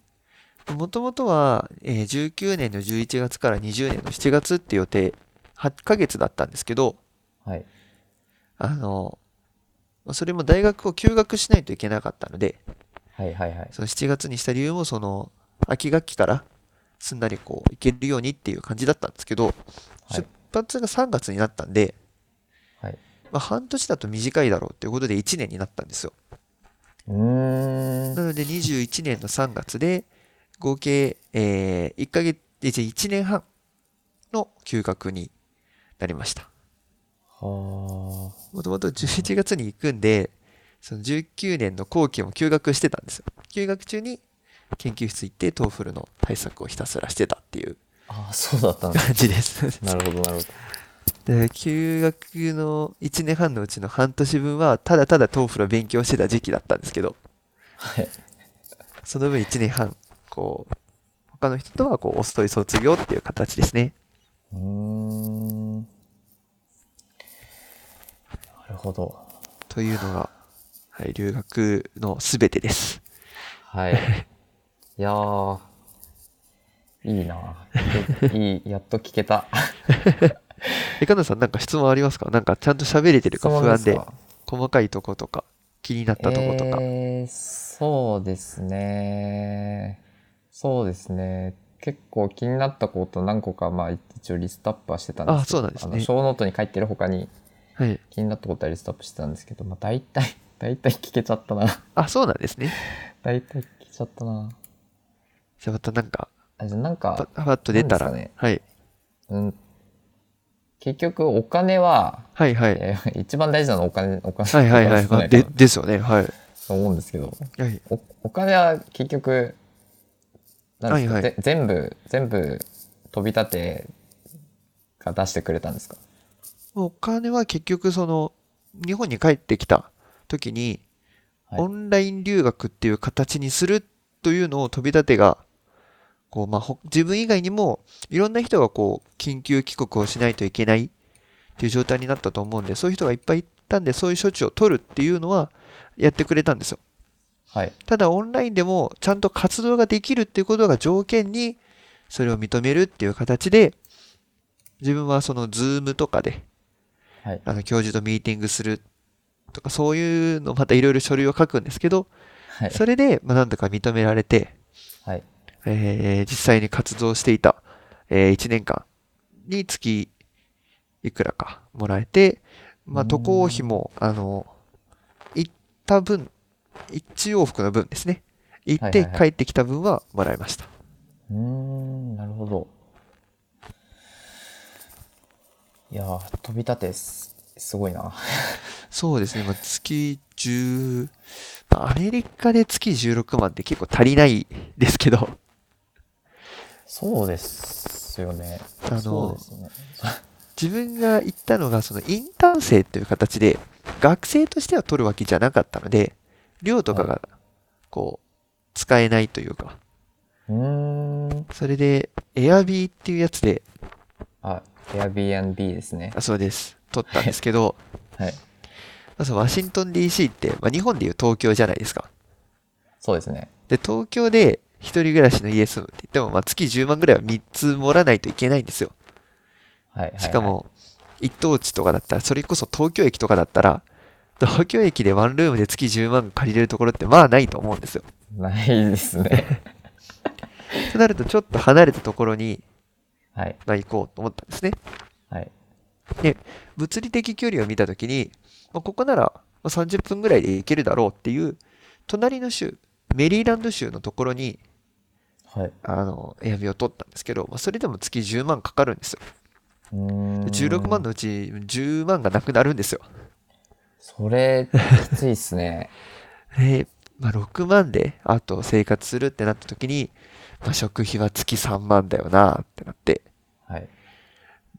Speaker 2: もともとは、えー19年の11月から20年の7月って予定、8ヶ月だったんですけど、
Speaker 1: はい。
Speaker 2: あの、それも大学を休学しないといけなかったので、
Speaker 1: はいはいはい。
Speaker 2: その7月にした理由もその秋学期からすんなりこう行けるようにっていう感じだったんですけど、
Speaker 1: はい
Speaker 2: 出発が3月になったんで、
Speaker 1: はい。
Speaker 2: まあ、半年だと短いだろうということで1年になったんですよ。
Speaker 1: うーん。
Speaker 2: なので21年の3月で合計、え1ヶ月、1年半の休学になりました。
Speaker 1: は
Speaker 2: もともと11月に行くんで、その19年の後期も休学してたんですよ。休学中に研究室行って、トーフルの対策をひたすらしてたっていう
Speaker 1: あ。ああ、そうだ ったんだ。
Speaker 2: 感じです。
Speaker 1: なるほどなるほど。
Speaker 2: で、休学の1年半のうちの半年分は、ただただトーフルを勉強してた時期だったんですけど、
Speaker 1: はい。
Speaker 2: その分1年半、こう、他の人とはこう、遅い卒業っていう形ですね。
Speaker 1: うーん。なるほど。
Speaker 2: というのが、はい、留学のすべてです。
Speaker 1: はい。いやー、いいな。いい、やっと聞けた。
Speaker 2: え、かなさんなんか質問ありますかなんかちゃんと喋れてるか不安で。細かいとことか気になったとことか、
Speaker 1: えー、そうですね。そうですね。結構気になったこと何個か、まあ一応リストアップはしてたんですけど、
Speaker 2: あそうなんですね
Speaker 1: の、ショーノートに書いてる他に
Speaker 2: はい
Speaker 1: 気になったことはリストアップしてたんですけど、まあ大体、 大体聞けちゃったな。
Speaker 2: あそうなんですね
Speaker 1: 大体聞けちゃったな。
Speaker 2: じゃあまたなんか
Speaker 1: あ、じゃあなん
Speaker 2: パ
Speaker 1: か、
Speaker 2: パッと出たら、
Speaker 1: なんです
Speaker 2: はい、
Speaker 1: うん。結局お金は、
Speaker 2: はいはい
Speaker 1: えー 一番大事なのはお金、お金
Speaker 2: はいはいはい
Speaker 1: お金じゃ
Speaker 2: ま
Speaker 1: な
Speaker 2: あ
Speaker 1: いか
Speaker 2: で
Speaker 1: な
Speaker 2: ですよねはい
Speaker 1: と思うんですけど、
Speaker 2: はい
Speaker 1: おお金は結局、なんですか、
Speaker 2: はいはい
Speaker 1: ぜ全部、全部飛び立てが出してくれたんですか
Speaker 2: お金は結局その日本に帰ってきた時に、
Speaker 1: はい
Speaker 2: オンライン留学っていう形にするというのを飛び立てがこう、まあ、ほ自分以外にもいろんな人がこう緊急帰国をしないといけないっていう状態になったと思うんでそういう人がいっぱいいたんでそういう処置を取るっていうのはやってくれたんですよ
Speaker 1: はい。
Speaker 2: ただオンラインでもちゃんと活動ができるっていうことが条件にそれを認めるっていう形で自分はそのズームとかで
Speaker 1: はい。
Speaker 2: あの教授とミーティングするとかそういうのまたいろいろ書類を書くんですけど
Speaker 1: はい。
Speaker 2: それで、まあ、なんとか認められて、
Speaker 1: はい。
Speaker 2: えー実際に活動していた、え1年間に月いくらかもらえて、まあ、
Speaker 1: うん
Speaker 2: 渡航費も、あの、行った分、一往復の分ですね。行っ
Speaker 1: はい
Speaker 2: て
Speaker 1: はい
Speaker 2: 帰
Speaker 1: は
Speaker 2: ってきた分はもらいました。
Speaker 1: うーん、なるほど。いやー、飛び立てす、すごいな。
Speaker 2: そうですね、まあ、月10、まあ、アメリカで月16万って結構足りないですけど、
Speaker 1: そうですよね。
Speaker 2: あの
Speaker 1: そうですよね。
Speaker 2: 自分が行ったのがそのインターン生という形で学生としては取るわけじゃなかったので寮とかがこう使えないというか
Speaker 1: うーん。
Speaker 2: それで Airb っていうやつで
Speaker 1: あ、Airbnb ですね。
Speaker 2: あそうです取ったんですけど
Speaker 1: はい。
Speaker 2: まあそのワシントン DC って、まあ、日本でいう東京じゃないですか
Speaker 1: そうですね。
Speaker 2: で東京で一人暮らしの家住むって言っても、まあ、月10万ぐらいは3つ盛らないといけないんですよ
Speaker 1: はい。はいはい
Speaker 2: しか、も、一等地とかだったら、それこそ東京駅とかだったら、東京駅でワンルームで月10万借りれるところってまあないと思うんですよ。
Speaker 1: ないです ね。
Speaker 2: となると、ちょっと離れたところに、
Speaker 1: はい。
Speaker 2: まあ、行こうと思ったんですね。
Speaker 1: はい。
Speaker 2: 物理的距離を見たときに、まあ、ここならまあ30分ぐらいで行けるだろうっていう、隣の州、メリーランド州のところに、
Speaker 1: はい。
Speaker 2: あの、エアビを取ったんですけど、まあ、それでも月10万かかるんですよ。
Speaker 1: うーん。
Speaker 2: 16万のうち10万がなくなるんですよ。
Speaker 1: それ、きついっすね。
Speaker 2: で、まあ、6万で、あと生活するってなった時に、まあ、食費は月3万だよなってなって、
Speaker 1: はい。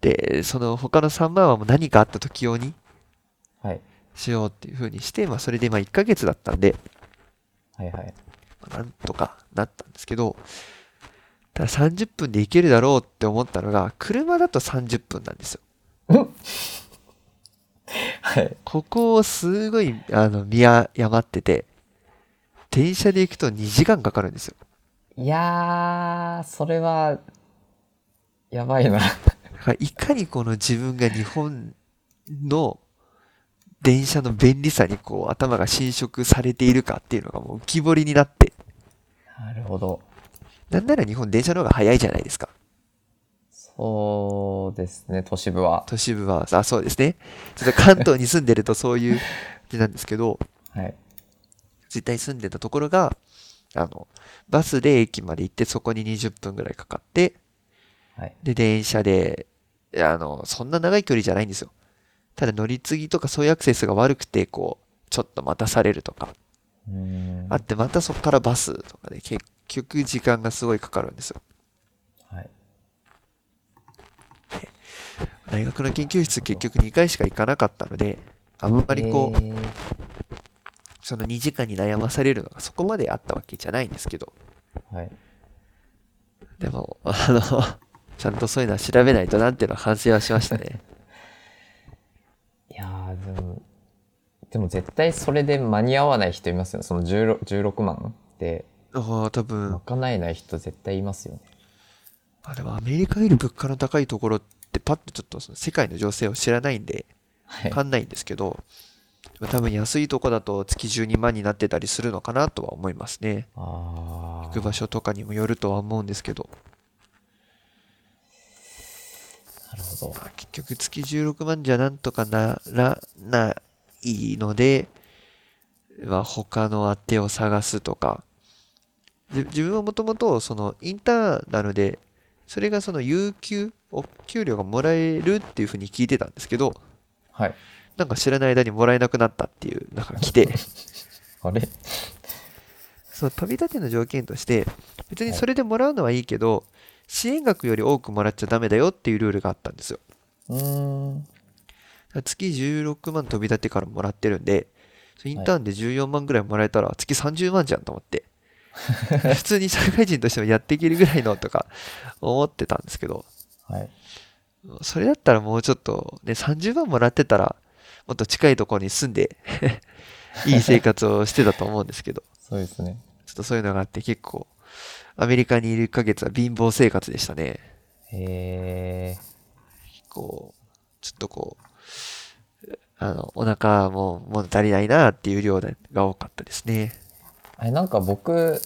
Speaker 2: で、その他の3万はもう何かあった時用に
Speaker 1: はい。
Speaker 2: しようっていう風にして、まあ、それでまあ1ヶ月だったんで、
Speaker 1: はいはい。
Speaker 2: まあなんとかなったんですけど、ただ30分で行けるだろうって思ったのが、車だと30分なんですよ。
Speaker 1: はい。
Speaker 2: ここをすごい、あの、見誤ってて、電車で行くと2時間かかるんですよ。
Speaker 1: いやー、それは、やばいな。
Speaker 2: だからいかにこの自分が日本の電車の便利さにこう頭が侵食されているかっていうのがもう浮き彫りになって、
Speaker 1: なるほど。
Speaker 2: なんなら日本電車の方が早いじゃないですか。
Speaker 1: そうですね、都市部は。
Speaker 2: 都市部は、あ、そうですね。ちょっと関東に住んでるとそういう感じなんですけど、
Speaker 1: はい。
Speaker 2: 実際に住んでたところが、あの、バスで駅まで行ってそこに20分ぐらいかかって、
Speaker 1: はい。
Speaker 2: で、電車で、あの、そんな長い距離じゃないんですよ。ただ乗り継ぎとかそういうアクセスが悪くて、こう、ちょっと待たされるとか、
Speaker 1: うーん。
Speaker 2: あってまたそこからバスとかで結局時間がすごいかかるんですよ。
Speaker 1: はい。
Speaker 2: 大学の研究室結局2回しか行かなかったので、あんまりこう、
Speaker 1: えー
Speaker 2: その2時間に悩まされるのがそこまであったわけじゃないんですけど、
Speaker 1: はい。
Speaker 2: で も、あの、ちゃんとそういうのは調べないとなっていうのは反省はしましたね。
Speaker 1: いやー、でも、でも絶対それで間に合わない人いますよね。その 16, 16万って、
Speaker 2: ああ、多分、
Speaker 1: 賄
Speaker 2: ま
Speaker 1: えない人絶対いますよね。
Speaker 2: あでもアメリカより物価の高いところってパッとちょっとその世界の情勢を知らないんで、
Speaker 1: はい。
Speaker 2: わかんないんですけど、多分安いとこだと月12万になってたりするのかなとは思いますね。
Speaker 1: あ
Speaker 2: 行く
Speaker 1: ー、
Speaker 2: 場所とかにもよるとは思うんですけど、
Speaker 1: なるほど。
Speaker 2: まあ結局月16万じゃなんとかならないので、まあ、他の当てを探すとかじ自分はもともとそのインターンなのでそれがその有給お給料がもらえるっていうふうに聞いてたんですけど
Speaker 1: はい。
Speaker 2: なんか知らない間にもらえなくなったっていうなんか来て
Speaker 1: あれ
Speaker 2: その飛び立ての条件として別にそれでもらうのはいいけど支援額より多くもらっちゃダメだよっていうルールがあったんですよ
Speaker 1: うーん。
Speaker 2: 月16万飛び立てからもらってるんで、インターンで14万ぐらいもらえたら月30万じゃんと思って、 普通に社会人としてもやっていけるぐらいのとか思ってたんですけど、
Speaker 1: はい。
Speaker 2: それだったらもうちょっと、ね、30万もらってたら、もっと近いところに住んで、 いい生活をしてたと思うんですけど、
Speaker 1: そうですね。
Speaker 2: ちょっとそういうのがあって結構、アメリカにいる1ヶ月は貧乏生活でしたね。
Speaker 1: え
Speaker 2: こう、ちょっとこう、あの、お腹も物足りないなっていう量が多かったですね。
Speaker 1: ー、えなんか僕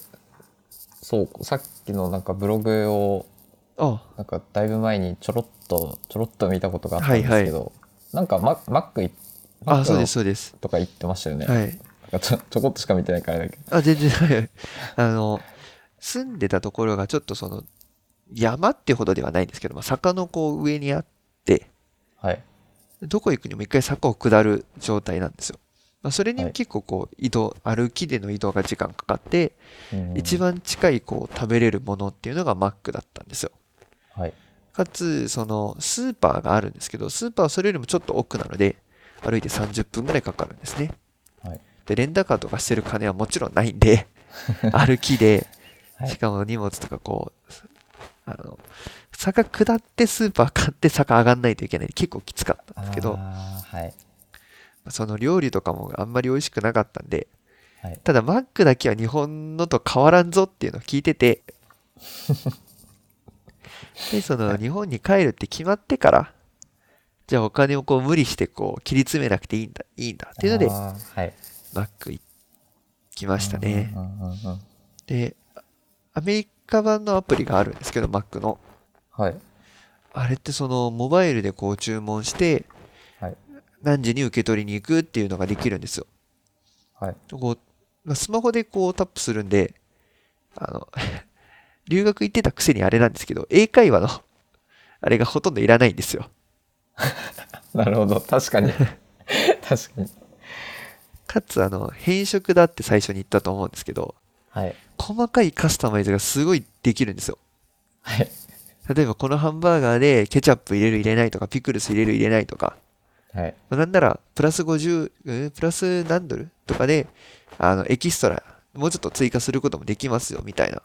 Speaker 1: そうさっきのなんかブログを
Speaker 2: あ
Speaker 1: なんかだいぶ前にちょろっとちょろっと見たことがあったんですけど、なんかママックいマ
Speaker 2: あ、
Speaker 1: ック
Speaker 2: そう
Speaker 1: の
Speaker 2: です、そうです。
Speaker 1: とか言ってましたよね、
Speaker 2: はい。
Speaker 1: なんかちょちょこっとしか見てないからあれだけど
Speaker 2: あ、全然、はいはいあの、住んでたところがちょっとその、山ってほどではないんですけど、まあ、坂のこう上にあって、
Speaker 1: はい
Speaker 2: どこ行くにも一回坂を下る状態なんですよ。まあ、それ
Speaker 1: は
Speaker 2: に
Speaker 1: い
Speaker 2: 結構こう移動、歩きでの移動が時間かかって、
Speaker 1: うん
Speaker 2: 一番近いこう食べれるものっていうのがマックだったんですよ。
Speaker 1: はい
Speaker 2: かつ、そのスーパーがあるんですけど、スーパーはそれよりもちょっと奥なので、歩いて30分ぐらいかかるんですね。
Speaker 1: はい
Speaker 2: で、レンタカーとかしてる金はもちろんない んで、歩きで、
Speaker 1: はい
Speaker 2: しかも荷物とかこう、あの、坂下ってスーパー買って坂上がんないといけない。結構きつかったんですけど、
Speaker 1: あーはい
Speaker 2: その料理とかもあんまり美味しくなかったんで、
Speaker 1: はい
Speaker 2: ただマックだけは日本のと変わらんぞっていうのを聞い てて、で、その日本に帰るって決まってから、じゃあお金をこう無理してこう切り詰めなくていいんだ、いいんだっていうので、
Speaker 1: あーはい
Speaker 2: マック行きましたね。
Speaker 1: うんうんうんうん
Speaker 2: で、アメリカ版のアプリがあるんですけど、マックの。
Speaker 1: はい
Speaker 2: あれってそのモバイルでこう注文して、
Speaker 1: はい
Speaker 2: 何時に受け取りに行くっていうのができるんですよ。
Speaker 1: はい
Speaker 2: こうまあスマホでこうタップするんで、あの、 留学行ってたくせにあれなんですけど、英会話の、 あれがほとんどいらないんですよ。
Speaker 1: なるほ ど確かに確かに
Speaker 2: かつ、あの、変色だって最初に言ったと思うんですけど、
Speaker 1: はい
Speaker 2: 細かいカスタマイズがすごいできるんですよ。
Speaker 1: はい
Speaker 2: 例えばこのハンバーガーでケチャップ入れる入れないとか、ピクルス入れる入れないとか、
Speaker 1: はい
Speaker 2: まあなんなら、プラス50、うんプラス何ドルとかで、あの、エキストラ、もうちょっと追加することもできますよ、みたいな。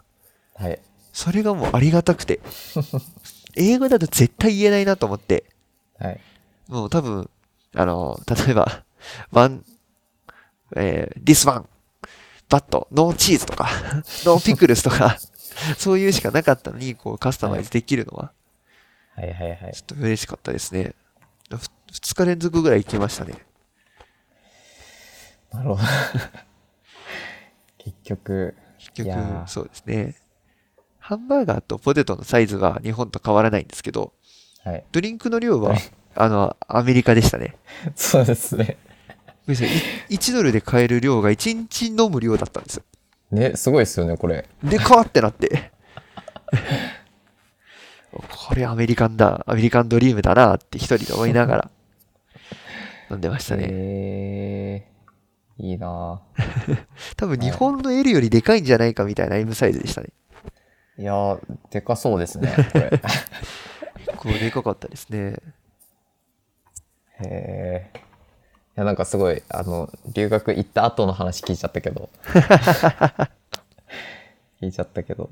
Speaker 1: はい
Speaker 2: それがもうありがたく て。英語だと絶対言えないなと思って、
Speaker 1: はい
Speaker 2: もう多分、あの、例えば、ワン、えー、this one, but no cheese とか、no pickles とか、そういうしかなかったのに、こう、カスタマイズできるのは、
Speaker 1: はいはいはい
Speaker 2: ちょっと嬉しかったですね。ふ2日連続ぐらい行きましたね。
Speaker 1: なるほど 結局
Speaker 2: 結
Speaker 1: い
Speaker 2: 局
Speaker 1: やー、
Speaker 2: そうですね。ハンバーガーとポテトのサイズは日本と変わらないんですけど、
Speaker 1: はい
Speaker 2: ドリンクの量は、あの、アメリカでしたね。
Speaker 1: そうですね
Speaker 2: ごめんなさいい1ドルで買える量が1日飲む量だったんですよ。
Speaker 1: ねすごいですよねこれ
Speaker 2: でかーってなって。 これアメリカンだ、アメリカンドリームだなって一人で思いな がら飲んでましたね。
Speaker 1: へえいいなぁ
Speaker 2: 多分日本の L よりでかいんじゃないかみたいな M サイズでしたね。
Speaker 1: いやーでかそうですねこ れ
Speaker 2: 結構でかかったですね。
Speaker 1: へえいやなんかすごいあの留学行った後の話聞いちゃったけ ど聞いちゃったけど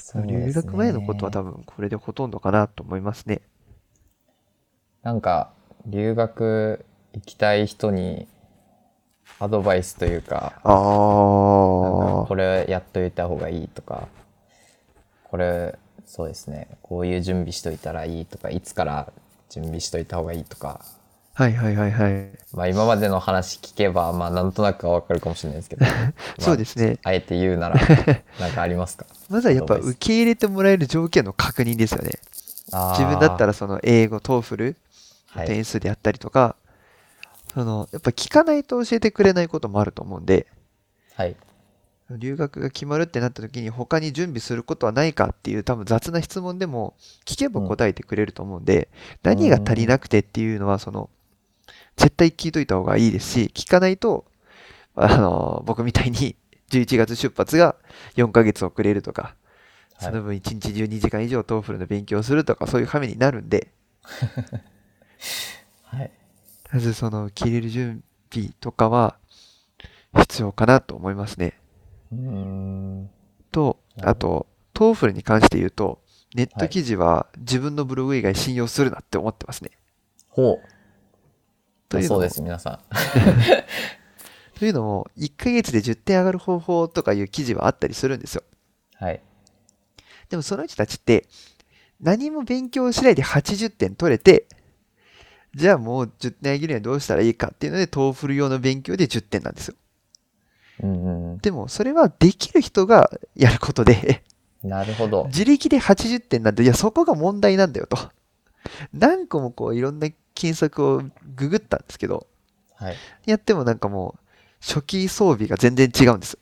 Speaker 1: そうですね
Speaker 2: 留学前のことは多分これでほとんどかなと思いますね。
Speaker 1: なんか留学行きたい人にアドバイスというか
Speaker 2: あ
Speaker 1: なんか
Speaker 2: ー
Speaker 1: こ。れやっといた方がいいとかこれそうですねこういう準備しといたらいいとかいつから準備しといた方がいいとか、
Speaker 2: はいはいはいはい。
Speaker 1: まあ、今までの話聞けば、まあ、なんとなくはわかるかもしれないですけ ど、
Speaker 2: そうですすね。
Speaker 1: あえて言う ならなんかありますか
Speaker 2: まずはやっぱ
Speaker 1: アドバイ
Speaker 2: 受
Speaker 1: ス
Speaker 2: け入れてもらえる条件の確認ですよね。
Speaker 1: あー
Speaker 2: 自分だったらその英語、トーフル、
Speaker 1: はい
Speaker 2: 点数であったりとか、そのやっぱ聞かないと教えてくれないこともあると思うんで、
Speaker 1: はい
Speaker 2: 留学が決まるってなった時に他に準備することはないかっていう多分雑な質問でも聞けば答えてくれると思うん
Speaker 1: う
Speaker 2: で、
Speaker 1: ん
Speaker 2: 何が足りなくてっていうのはその絶対聞いといた方がいいですし、聞かないと、あの、僕みたいに11月出発が4ヶ月遅れるとか、
Speaker 1: は
Speaker 2: そ
Speaker 1: い
Speaker 2: の分1日12時間以上トーフルの勉強をするとかそういう羽目になるんで、
Speaker 1: はい
Speaker 2: まずその切れる準備とかは必要かなと思いますね。
Speaker 1: うーん
Speaker 2: と、
Speaker 1: なる
Speaker 2: あ
Speaker 1: ほ
Speaker 2: と、トーフルに関して言うと、ネッ
Speaker 1: は
Speaker 2: ト
Speaker 1: い
Speaker 2: 記事は自分のブログ以外信用するなって思ってますね。
Speaker 1: ほ
Speaker 2: といううの
Speaker 1: そう
Speaker 2: も、
Speaker 1: です皆さん
Speaker 2: というのも1ヶ月で10点上がる方法とかいう記事はあったりするんですよ。
Speaker 1: はい
Speaker 2: でもその人たちって、何も勉強しないで80点取れて、じゃあもう10点上げるにはどうしたらいいかっていうので、トーフル用の勉強で10点なんですよ。
Speaker 1: うんうんう
Speaker 2: でもそれはできる人がやることで
Speaker 1: ん。なるほど。
Speaker 2: 自力で80点なんでいやそこが問題なんだよと何個もこういろんな検索をググったんですけど
Speaker 1: はい。
Speaker 2: やってもなんかもう初期装備が全然違うんです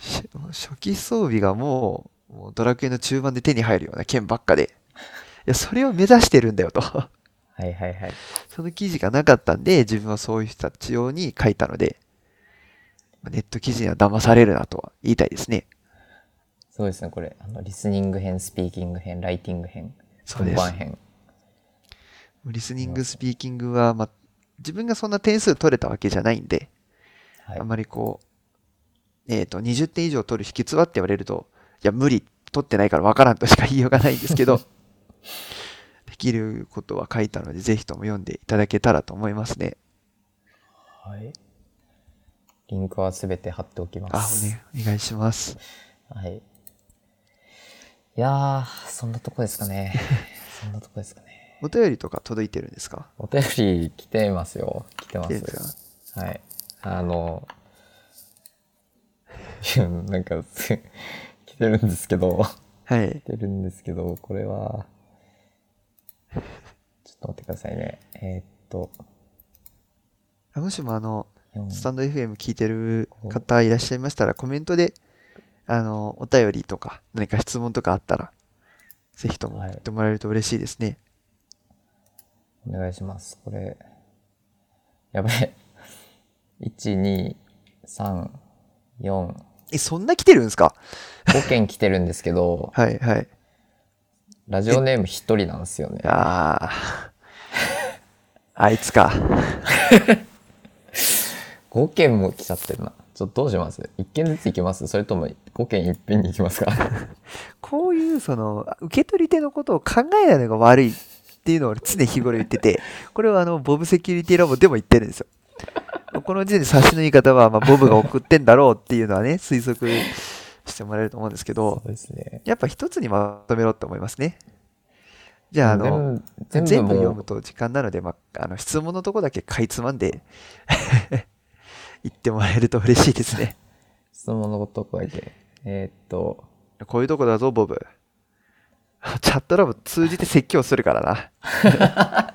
Speaker 2: し初期装備がもうもうドラクエの中盤で手に入るような剣ばっかでいやそれを目指してるんだよと
Speaker 1: はいはいはい。
Speaker 2: その記事がなかったんで、自分はそういう人たち用に書いたので、まあネット記事には騙されるなとは言いたいですね。
Speaker 1: そうですね、これ。あの、リスニング編、スピーキング編、ライティング編、
Speaker 2: そうです
Speaker 1: 本番編。
Speaker 2: リスニング、スピーキングは、まあ、自分がそんな点数取れたわけじゃないんで、
Speaker 1: はい
Speaker 2: あ。まりこう、えっ、と、20点以上取る秘訣はって言われると、いや、無理、取ってないからわからんとしか言いようがないんですけど、できることは書いたので、ぜひとも読んでいただけたらと思いますね。
Speaker 1: はい。リンクはすべて貼っておきま
Speaker 2: あ、
Speaker 1: す。
Speaker 2: お,、ね、お願いします。
Speaker 1: はい。いやー、そんなとこですか ね。そんなとこですかね。
Speaker 2: お便りとか届いてるんですか
Speaker 1: お便り来てますよ。来てま。
Speaker 2: 来てるんです
Speaker 1: はい。あの、 いやなんか、 す来てるんですけど、
Speaker 2: は
Speaker 1: 来
Speaker 2: い。
Speaker 1: てるんですけど、これは、ちょっと待ってくださいね。えーっと、
Speaker 2: あもしもあの、
Speaker 1: 四
Speaker 2: スタンド FM 聞いてる方いらっしゃいましたら、コメントで、あの、お便りとか、何か質問とかあったら、ぜひとも
Speaker 1: はい
Speaker 2: 送ってもらえると嬉しいですね。
Speaker 1: お願いします。これ、やばい。1、2、3、4、
Speaker 2: え、そんな来てるんですか
Speaker 1: 5件来てるんですけど、
Speaker 2: はいはい。
Speaker 1: ラジオネーム一人なんですよね。
Speaker 2: ああ。 あいつか。
Speaker 1: 5件も来ちゃってるな。ちょっとどうします ?1 件ずついきますそれとも5件いっぺんに行きますか
Speaker 2: こういう、その、受け取り手のことを考えないのが悪いっていうのを俺常日頃言って て、これはあの、ボブセキュリティラボでも言ってるんですよ。この時点で差しの言い方は、まあ、ボブが送ってんだろうっていうのはね、推測してもらえると思うんですけど
Speaker 1: そ、うですね。
Speaker 2: やっぱ一つにまとめろって思いますね。じゃあ、あの、
Speaker 1: 全
Speaker 2: 全
Speaker 1: 部全部
Speaker 2: 部読
Speaker 1: も
Speaker 2: む
Speaker 1: う、
Speaker 2: と時間なので、まあ、あの質問のとこだけかいつまんで 言ってもらえると嬉しいですね。
Speaker 1: 質問のことだけ。えーっと、
Speaker 2: こういうとこだぞ、ボブ。チャットラボ通じて説教するからな。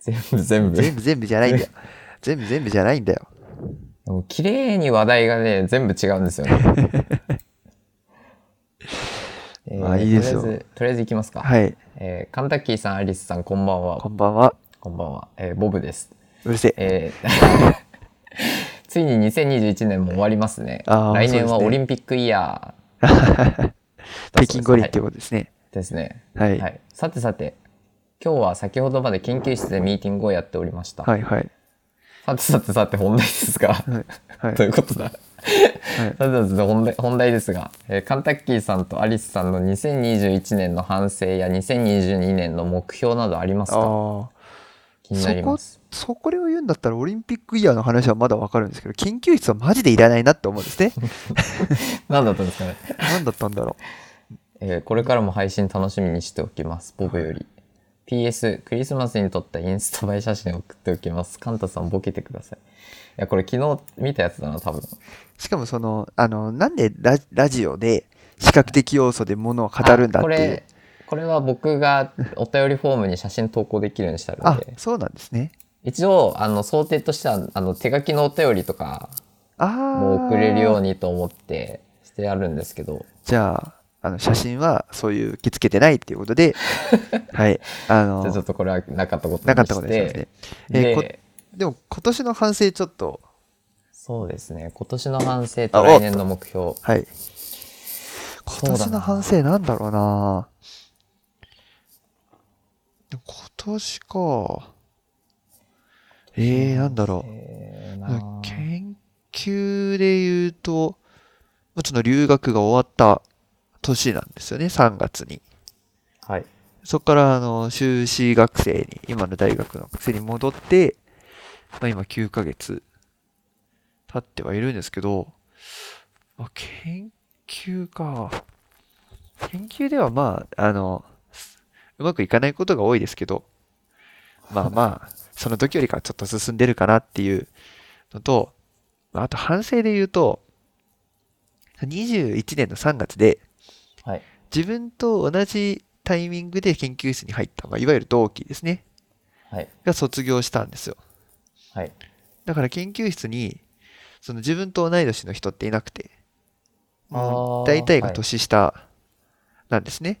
Speaker 1: 全部全部。
Speaker 2: 全部全部じゃないんだよ。全部全部じゃないんだよ。
Speaker 1: でも綺麗に話題がね、全部違うんですよ ね。え
Speaker 2: まあいいですよ
Speaker 1: とりあえず、とりあえずいきますか。
Speaker 2: はい。
Speaker 1: えーカンタッキーさん、アリスさん、こんばんは。
Speaker 2: こ
Speaker 1: こ
Speaker 2: んばんは。
Speaker 1: んばんは。えーボブです。
Speaker 2: うるせえ。
Speaker 1: えーついに2021年も終わりますね。
Speaker 2: あー
Speaker 1: 来年は
Speaker 2: そうですね
Speaker 1: オリンピックイヤー。
Speaker 2: 北京五輪っていう
Speaker 1: は
Speaker 2: ことですね。
Speaker 1: いですね。
Speaker 2: はい。
Speaker 1: はい。さてさて、今日は先ほどまで研究室でミーティングをやっておりました。
Speaker 2: はいはい。
Speaker 1: さてさてさて本題ですが、
Speaker 2: はい。はい
Speaker 1: ということだ。
Speaker 2: はい。
Speaker 1: さてさて本題本題ですが、えーカンタッキーさんとアリスさんの2021年の反省や2022年の目標などありますか
Speaker 2: ああ。
Speaker 1: 気になります。
Speaker 2: そこれを言うんだったらオリンピックイヤーの話はまだわかるんですけど研究室はマジでいらないなって思うんです ね
Speaker 1: 何だったんですかね、
Speaker 2: 何だったんだろ
Speaker 1: えーこれからも配信楽しみにしておきます。ボブより。PS、クリスマスに撮ったインスタ映え写真を送っておきます。カンタさんボケてください。いや、これ昨日見たやつだな、多分。
Speaker 2: うしかもそのあのなんでララジオで視覚的要素でものを語るんだ
Speaker 1: あ
Speaker 2: って
Speaker 1: こ
Speaker 2: いう
Speaker 1: れ、これは僕がお便りフォームに写真投稿できるようにしてある
Speaker 2: あ
Speaker 1: ので。
Speaker 2: そうなんですね
Speaker 1: 一応、あの、想定としては、あの、手書きのお便りとか、
Speaker 2: ああ
Speaker 1: もう送れるよう
Speaker 2: に
Speaker 1: にと思ってしてあるんですけど、
Speaker 2: じゃああの写真はそういう受け付けてないっていうこ とではいあ
Speaker 1: じゃあちょ
Speaker 2: の
Speaker 1: っとこれはなかったこと
Speaker 2: な
Speaker 1: に
Speaker 2: かったこ
Speaker 1: し
Speaker 2: とです
Speaker 1: て
Speaker 2: ね、えーこ
Speaker 1: で
Speaker 2: でも今年の反省ちょっと
Speaker 1: そうですね今年の反省
Speaker 2: あ
Speaker 1: と
Speaker 2: お
Speaker 1: 来年の目標
Speaker 2: はい
Speaker 1: うだ
Speaker 2: 今
Speaker 1: な
Speaker 2: 年の反省なんだろうなでも今年かええー、なんだろ
Speaker 1: えー
Speaker 2: う
Speaker 1: なあ
Speaker 2: 研究で言うとまあちょっと留学が終わった年なんですよね3月に
Speaker 1: はい
Speaker 2: そこからあの修士学生に今の大学の学生に戻って、まあ、今9ヶ月経ってはいるんですけど、まあ、研究か研究ではまああのうまくいかないことが多いですけどまあまあその時よりかはちょっと進んでるかなっていうのと、まああと反省で言うと、21年の3月で、
Speaker 1: はい。
Speaker 2: 自分と同じタイミングで研究室に入った、まあ、いわゆる同期ですね、
Speaker 1: はい。
Speaker 2: が卒業したんですよ。
Speaker 1: はい。
Speaker 2: だから研究室に、その自分と同い年の人っていなくて、
Speaker 1: あ
Speaker 2: もう
Speaker 1: ー
Speaker 2: 大体が
Speaker 1: はい
Speaker 2: 年下なんですね。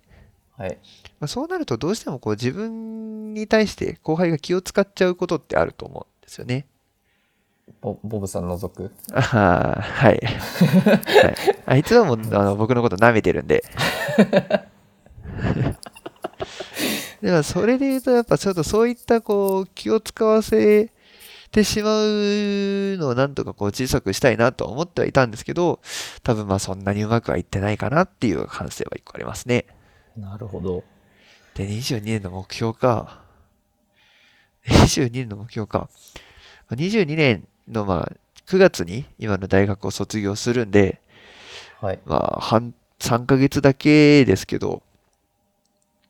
Speaker 1: はい。
Speaker 2: まあ、そうなるとどうしてもこう自分に対して後輩が気を使っちゃうことってあると思うんですよね。
Speaker 1: ボボブさん除く。
Speaker 2: あはーはい、はい。あいつはもうあの僕のこと舐めてるんで。 でもそれで言うとやっぱちょっとそういったこう気を使わせてしまうのをなんとかこう小さくしたいなとは思ってはいたんですけど多分まあそんなにうまくはいってないかなっていう反省は一個ありますね。
Speaker 1: なるほど。
Speaker 2: で、22年の目標か。22年の目標か。22年の、まあ、9月に今の大学を卒業するんで、
Speaker 1: はい。
Speaker 2: まあ、半、3ヶ月だけですけど、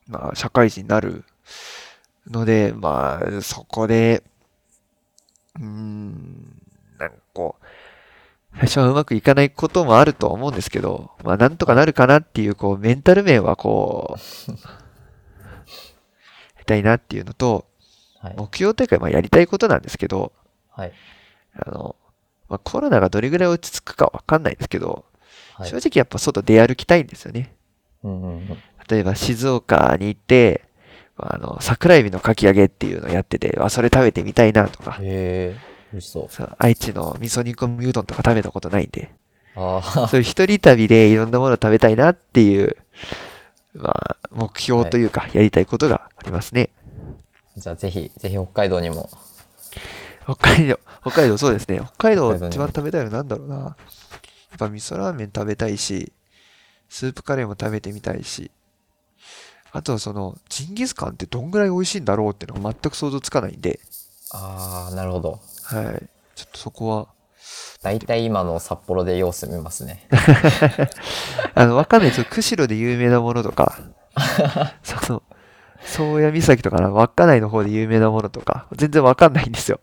Speaker 2: まあ、社会人になるので、まあ、そこで、うーん、なんかこう、最初はうまくいかないこともあるとは思うんですけど、まあ、なんとかなるかなっていう、こう、メンタル面はこう、したいなっていうのと、
Speaker 1: はい。
Speaker 2: 目標というか、まあ、やりたいことなんですけど、
Speaker 1: はい。
Speaker 2: あの、まあ、コロナがどれぐらい落ち着くかわかんないですけど、
Speaker 1: はい
Speaker 2: 正。直やっぱ外出歩きたいんですよね。
Speaker 1: うんうんうん。
Speaker 2: 例えば静岡に行って、まああの、桜エビのかき揚げっていうのをやってて、あ、それ食べてみたいなとか、
Speaker 1: へえ、美味しそう。
Speaker 2: そう愛知の味噌煮込みうどんとか食べたことないんで、
Speaker 1: ああ、
Speaker 2: そういう一人旅でいろんなものを食べたいなっていう、まあ、目標というか、やりたいことがありますね。
Speaker 1: じゃあぜひ、ぜひ北海道にも。
Speaker 2: 北海道、北海道そうですね。北海道
Speaker 1: 北海道ね
Speaker 2: 一番食べたいのなんだろうな。やっぱ味噌ラーメン食べたいし、スープカレーも食べてみたいし、あとはその、ジンギスカンってどんぐらい美味しいんだろうっていうのが全く想像つかないんで、
Speaker 1: ああ、なるほど。
Speaker 2: はい。ちょっとそこは、
Speaker 1: 大体今の札幌で様子見ます ね。
Speaker 2: あの、わかんないですよ。釧路で有名なものと か、その、宗谷岬とかな、稚内の方で有名なものとか、全然わかんないんですよ。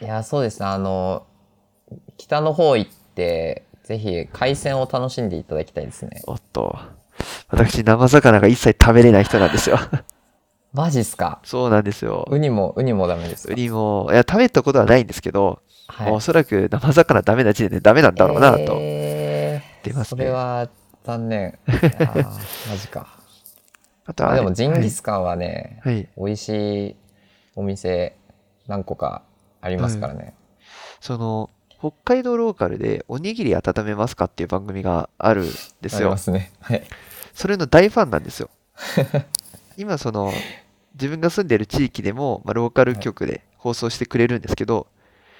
Speaker 1: いや、そうですね。あの、北の方行って、ぜひ海鮮を楽しんでいただきたいですね。
Speaker 2: おっと、私、生魚が一切食べれない人なん ですよ。
Speaker 1: マジっすか
Speaker 2: そうなんですよ。
Speaker 1: ウニも、ウニもダメです
Speaker 2: ウ
Speaker 1: か
Speaker 2: ニも、いや、食べたことはないんですけど、
Speaker 1: はい。
Speaker 2: おそらく生魚ダメな時点でダメなんだろうなと。
Speaker 1: えー
Speaker 2: 出ます
Speaker 1: そ
Speaker 2: ね
Speaker 1: れは残 念。いやーマジか。
Speaker 2: あと
Speaker 1: あ
Speaker 2: あれ
Speaker 1: でもジンギスカンはね、
Speaker 2: はいはい
Speaker 1: 美味しいお店何個かありますからね。
Speaker 2: その、北海道ローカルでおにぎり温めますかっていう番組があるんです
Speaker 1: あり
Speaker 2: よ
Speaker 1: ま。すね。はい。
Speaker 2: それの大ファンな んですよ。今その、自分が住んでる地域でも、まあ、ローカル局で放送してくれるんですけど、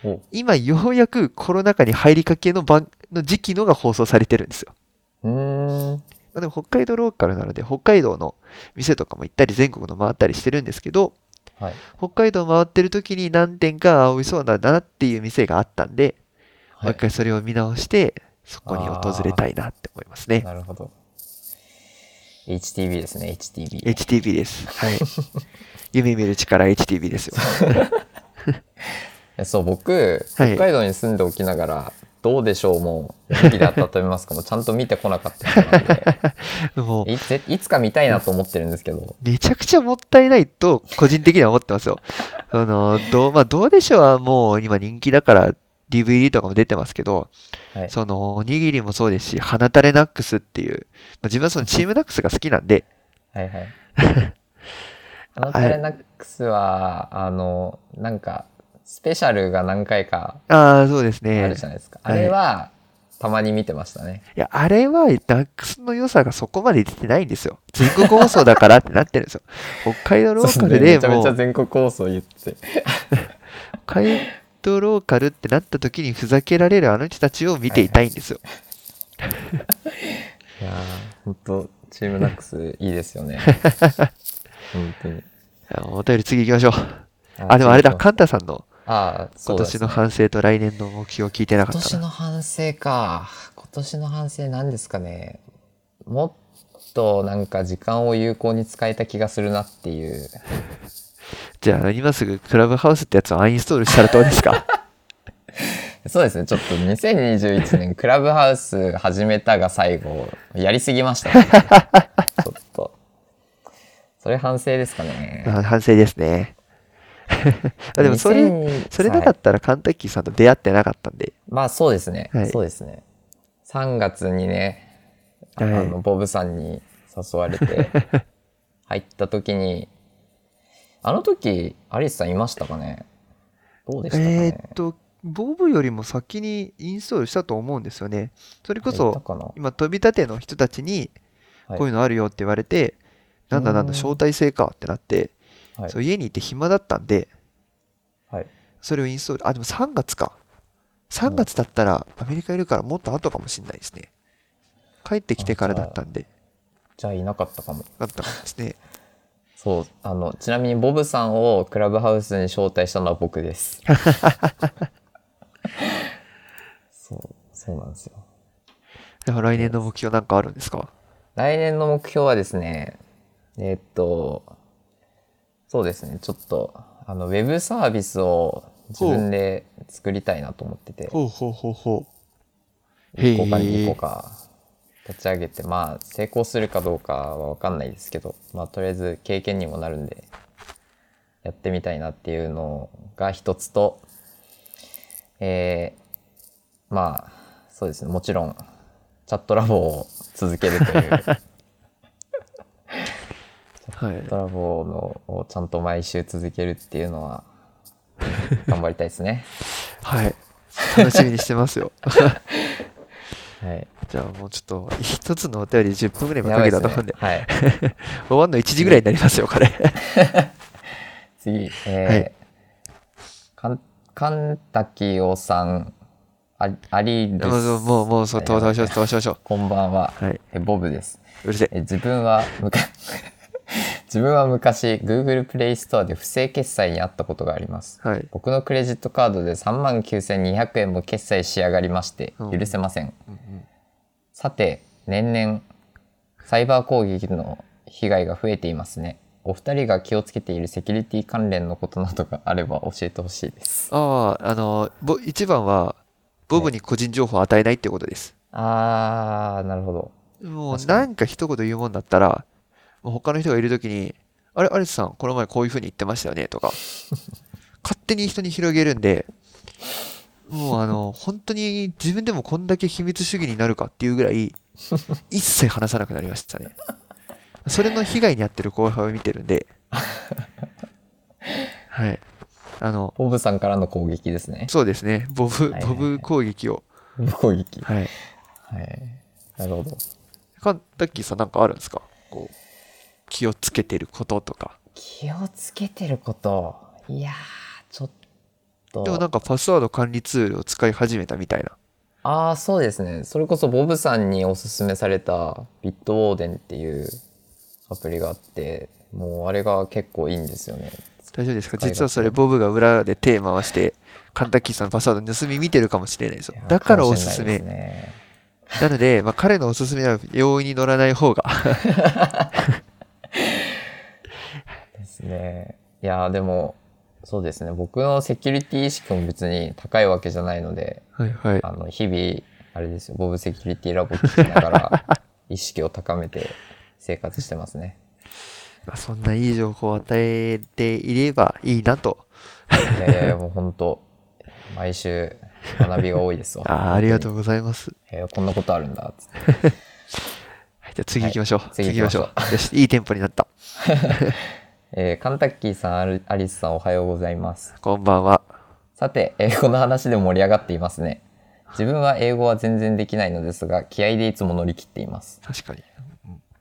Speaker 1: お
Speaker 2: 今ようやくコロナ禍に入りかけの番の時期のが放送されてるんですよ。
Speaker 1: うーん。
Speaker 2: まあ、でも北海道ローカルなので、北海道の店とかも行ったり、全国の回ったりしてるんですけど、
Speaker 1: はい。
Speaker 2: 北海道回ってる時に何店かあ美味しそうなんだなっていう店があったんで、
Speaker 1: は
Speaker 2: もう一
Speaker 1: い、
Speaker 2: 回それを見直してそこに訪れたいなって思いますね
Speaker 1: なるほど。HTB ですね、HTB。
Speaker 2: HTB ですはい 夢見る力 HTB ですよ
Speaker 1: えそう、僕、
Speaker 2: はい
Speaker 1: 北海道に住んでおきながら、どうでしょう、もう、おにぎり温めますかも、ちゃんと見てこなかった人なんで
Speaker 2: も う
Speaker 1: いつ、いつか見たいなと思ってるんですけど、
Speaker 2: めちゃくちゃもったいないと個人的には思ってますよ あのどう,、まあ、どうでしょうはもう今人気だから DVD とかも出てますけど、
Speaker 1: はい。
Speaker 2: そのおにぎりもそうですし、花垂れナックスっていう、まあ自分はそのチームナックスが好きなんで、
Speaker 1: はい はい。あのタレナックスは、あの、なんか、スペシャルが何回か
Speaker 2: ああ、そうです
Speaker 1: あ
Speaker 2: ね。
Speaker 1: るじゃないですか。
Speaker 2: はい
Speaker 1: あれは、たまに見てましたね。
Speaker 2: いや、あれは、ダックスの良さがそこまで出てないんですよ。全国放送だからってなってるんですよ。北海道ローカルで
Speaker 1: めちゃめ
Speaker 2: も
Speaker 1: ちゃ
Speaker 2: う、
Speaker 1: 全国放送言って。
Speaker 2: 北海道ローカルってなった時にふざけられるあの人たちを見ていたいんですよ。
Speaker 1: いやー、ほんと、チームナックスいいですよ ね。本当に。
Speaker 2: あのお便り次行きましょう。あ、でもあれだ、カンタさんの
Speaker 1: あー、そ
Speaker 2: 今
Speaker 1: うだ
Speaker 2: 年の反省と来年の目標を聞いてな
Speaker 1: 今
Speaker 2: かっ
Speaker 1: 年
Speaker 2: たな。
Speaker 1: の反省か。今年の反省何ですかね。もっとなんか時間を有効に使えた気がするなっていう。
Speaker 2: じゃあ、今すぐクラブハウスってやつをアンインストールしたらどうですか
Speaker 1: そうですね、ちょっと2021年 クラブハウス始めたが最後、やりすぎましたね。ちょっと。それ反省ですかね。
Speaker 2: まあ反省ですね。 あでも、それ、
Speaker 1: 2000
Speaker 2: それなか
Speaker 1: は
Speaker 2: っ
Speaker 1: い
Speaker 2: たらカンタッキーさんと出会ってなかったんで。
Speaker 1: まあそうですね、
Speaker 2: はい
Speaker 1: そうですね。3月にね、あ
Speaker 2: はい
Speaker 1: の、ボブさんに誘われ て、入った時に、あの時、アリスさんいましたかねどうでしたか
Speaker 2: え
Speaker 1: ね
Speaker 2: ーっと、ボブよりも先にインストールしたと思うんですよね。それこ
Speaker 1: いた
Speaker 2: そ、
Speaker 1: かな
Speaker 2: 今、飛び立ての人たちに、
Speaker 1: はい
Speaker 2: こういうのあるよって言われて、なんだなんだ、
Speaker 1: うん
Speaker 2: 招待制かってなって、
Speaker 1: はい
Speaker 2: そう家にいて暇だったんで、
Speaker 1: はい。
Speaker 2: それをインストール、あ、でも3月か。3月だったら、アメリカいるからもっと後かもしれないですね。帰ってきてからだったんで、
Speaker 1: じゃあいなかったかも。
Speaker 2: だったんですね。
Speaker 1: そう、あの、ちなみにボブさんをクラブハウスに招待したのは僕 です。そう、そうなんですよ。
Speaker 2: では来年の目標なんかあるんで すか
Speaker 1: 来年の目標はですね、えーっと、そうですね、ちょっと、あの、ウェブサービスを自分で作りたいなと思ってて、
Speaker 2: うほうほうほう。へ
Speaker 1: 1個か2個
Speaker 2: え。
Speaker 1: か立ち上げて、まあ、成功するかどうかはわかんないですけど、まあ、とりあえず経験にもなるんで、やってみたいなっていうのが一つと、えー、まあ、そうですね、もちろん、チャットラボを続けるという。
Speaker 2: はい。
Speaker 1: トラボのをちゃんと毎週続けるっていうの は頑張りたいですね。
Speaker 2: はい。楽しみにしてますよ。
Speaker 1: はい。
Speaker 2: じゃあもうちょっと、一つのお便り10分ぐらい
Speaker 1: や
Speaker 2: 今
Speaker 1: ば
Speaker 2: か
Speaker 1: い
Speaker 2: け
Speaker 1: で
Speaker 2: た
Speaker 1: す
Speaker 2: と
Speaker 1: ね
Speaker 2: 思うんで、
Speaker 1: はい。
Speaker 2: 終わんの1時ぐらいになりますよ、これ。
Speaker 1: 次、
Speaker 2: は
Speaker 1: え
Speaker 2: い
Speaker 1: ー、かん、かんたきおさん、あ、ありです。
Speaker 2: もう、もう、もう、そう、
Speaker 1: はい
Speaker 2: 飛ばしましょう、飛ばしましょ
Speaker 1: こんばんは。
Speaker 2: う。はい。
Speaker 1: え、ボブです。
Speaker 2: うるせえ。
Speaker 1: え自分はむか 自分は昔 Google プレイストアで不正決済にあったことがあります、
Speaker 2: はい
Speaker 1: 僕のクレジットカードで3万9200円も決済しやがりまして
Speaker 2: うん
Speaker 1: 許せません、
Speaker 2: うんうん
Speaker 1: さて年々サイバー攻撃の被害が増えていますねお二人が気をつけているセキュリティ関連のことなどがあれば教えてほしいです
Speaker 2: ああ、あの、ぼ一番は、ボブに個人情報を与えないってことです。
Speaker 1: あーなるほど
Speaker 2: もう、
Speaker 1: 確か
Speaker 2: なんか一言言うもんだったら、もう他の人がいるときに、あれ、アレスさん、この前こういうふうに言ってましたよね、とか、勝手に人に広げるんで、もう、あの、本当に自分でもこんだけ秘密主義になるかっていうぐらい、一切話さなくなりましたね。それの被害に遭ってる後輩を見てるん で、はい。あの、
Speaker 1: ボブさんからの攻撃です ね
Speaker 2: そうですね、ボ
Speaker 1: はい、
Speaker 2: ブ
Speaker 1: はい
Speaker 2: ボブ攻撃を。
Speaker 1: 攻撃は
Speaker 2: はい。
Speaker 1: いなるほど
Speaker 2: カンタッキーさんなんかあるんですかこう、気をつけてることとか。
Speaker 1: 気をつけてることいやーちょっと
Speaker 2: でもなんかパスワード管理ツールを使い始めたみたいな。
Speaker 1: ああそうですねそれこそボブさんにおすすめされたビットウォーデンっていうアプリがあってもうあれが結構いいんですよね
Speaker 2: 大丈夫ですか
Speaker 1: 使い勝手
Speaker 2: 実はそれボブが裏で手回して、カンタッキーさんのパスワード盗み見てるかもしれないですよ
Speaker 1: いや。
Speaker 2: だからおすす
Speaker 1: かもしれな
Speaker 2: め。
Speaker 1: いですね
Speaker 2: なので、まあ、彼のおすすめは容易に乗らない方が。
Speaker 1: ですねいやーでもそうですね僕のセキュリティ意識も別に高いわけじゃないので
Speaker 2: はいはい。
Speaker 1: あの日々あれですよボブセキュリティラボ聞きなが ら意識を高めて生活してますね
Speaker 2: まあ、そんないい情報を与えていればいいなと。
Speaker 1: いやいやいや、もう本当、毎週学びが多いですわ。
Speaker 2: あーありがと
Speaker 1: う。
Speaker 2: うございます。
Speaker 1: えーこんなことあるんだっつって。
Speaker 2: はい、じゃあ次行きましょう。
Speaker 1: 次
Speaker 2: 次
Speaker 1: 行
Speaker 2: 行
Speaker 1: きまし
Speaker 2: きまし
Speaker 1: ょ
Speaker 2: ょ
Speaker 1: う
Speaker 2: う。よし、いいテンポになった。
Speaker 1: えーカンタッキーさん、アルアリスさん、おはようございます。
Speaker 2: こんばんは。
Speaker 1: さて、英語の話で盛り上がっていますね。自分は英語は全然できないのですが、気合でいつも乗り切っています。
Speaker 2: 確かに。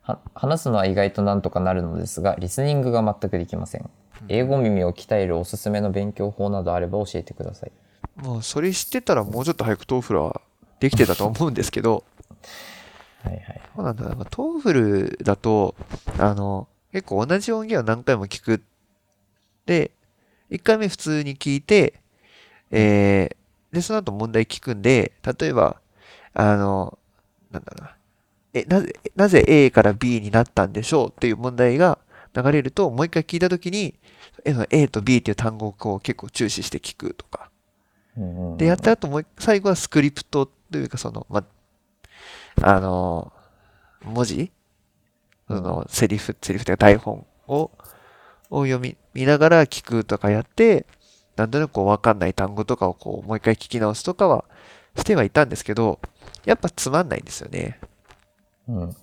Speaker 1: は話すのは意外となんとかなるのですが、リスニングが全くできません。英語耳を鍛えるおすすめの勉強法などあれば教えてください。
Speaker 2: もうそれ知ってたらもうちょっと早くトーフルはできてたと思うんですけど、
Speaker 1: はいはい。
Speaker 2: そうなんだな、まあトーフルだと、あの、結構同じ音源を何回も聞く。で、1回目普通に聞いて、えー、で、その後問題聞くんで、例えば、あの、なんだろうな、え、なぜ、なぜ A から B になったんでしょうっていう問題が、流れると、もう一回聞いたときに、えその A と B っていう単語をこう結構注視して聞くとか。
Speaker 1: うんうん
Speaker 2: で、やった後もう一、最後はスクリプトというか、その、ま、あの、文字その、セリフ、セリフというか台本を、を読み、見ながら聞くとかやって、なんとなくこうわかんない単語とかをこう、もう一回聞き直すとかは、してはいたんですけど、やっぱつまんないんですよね。
Speaker 1: うん。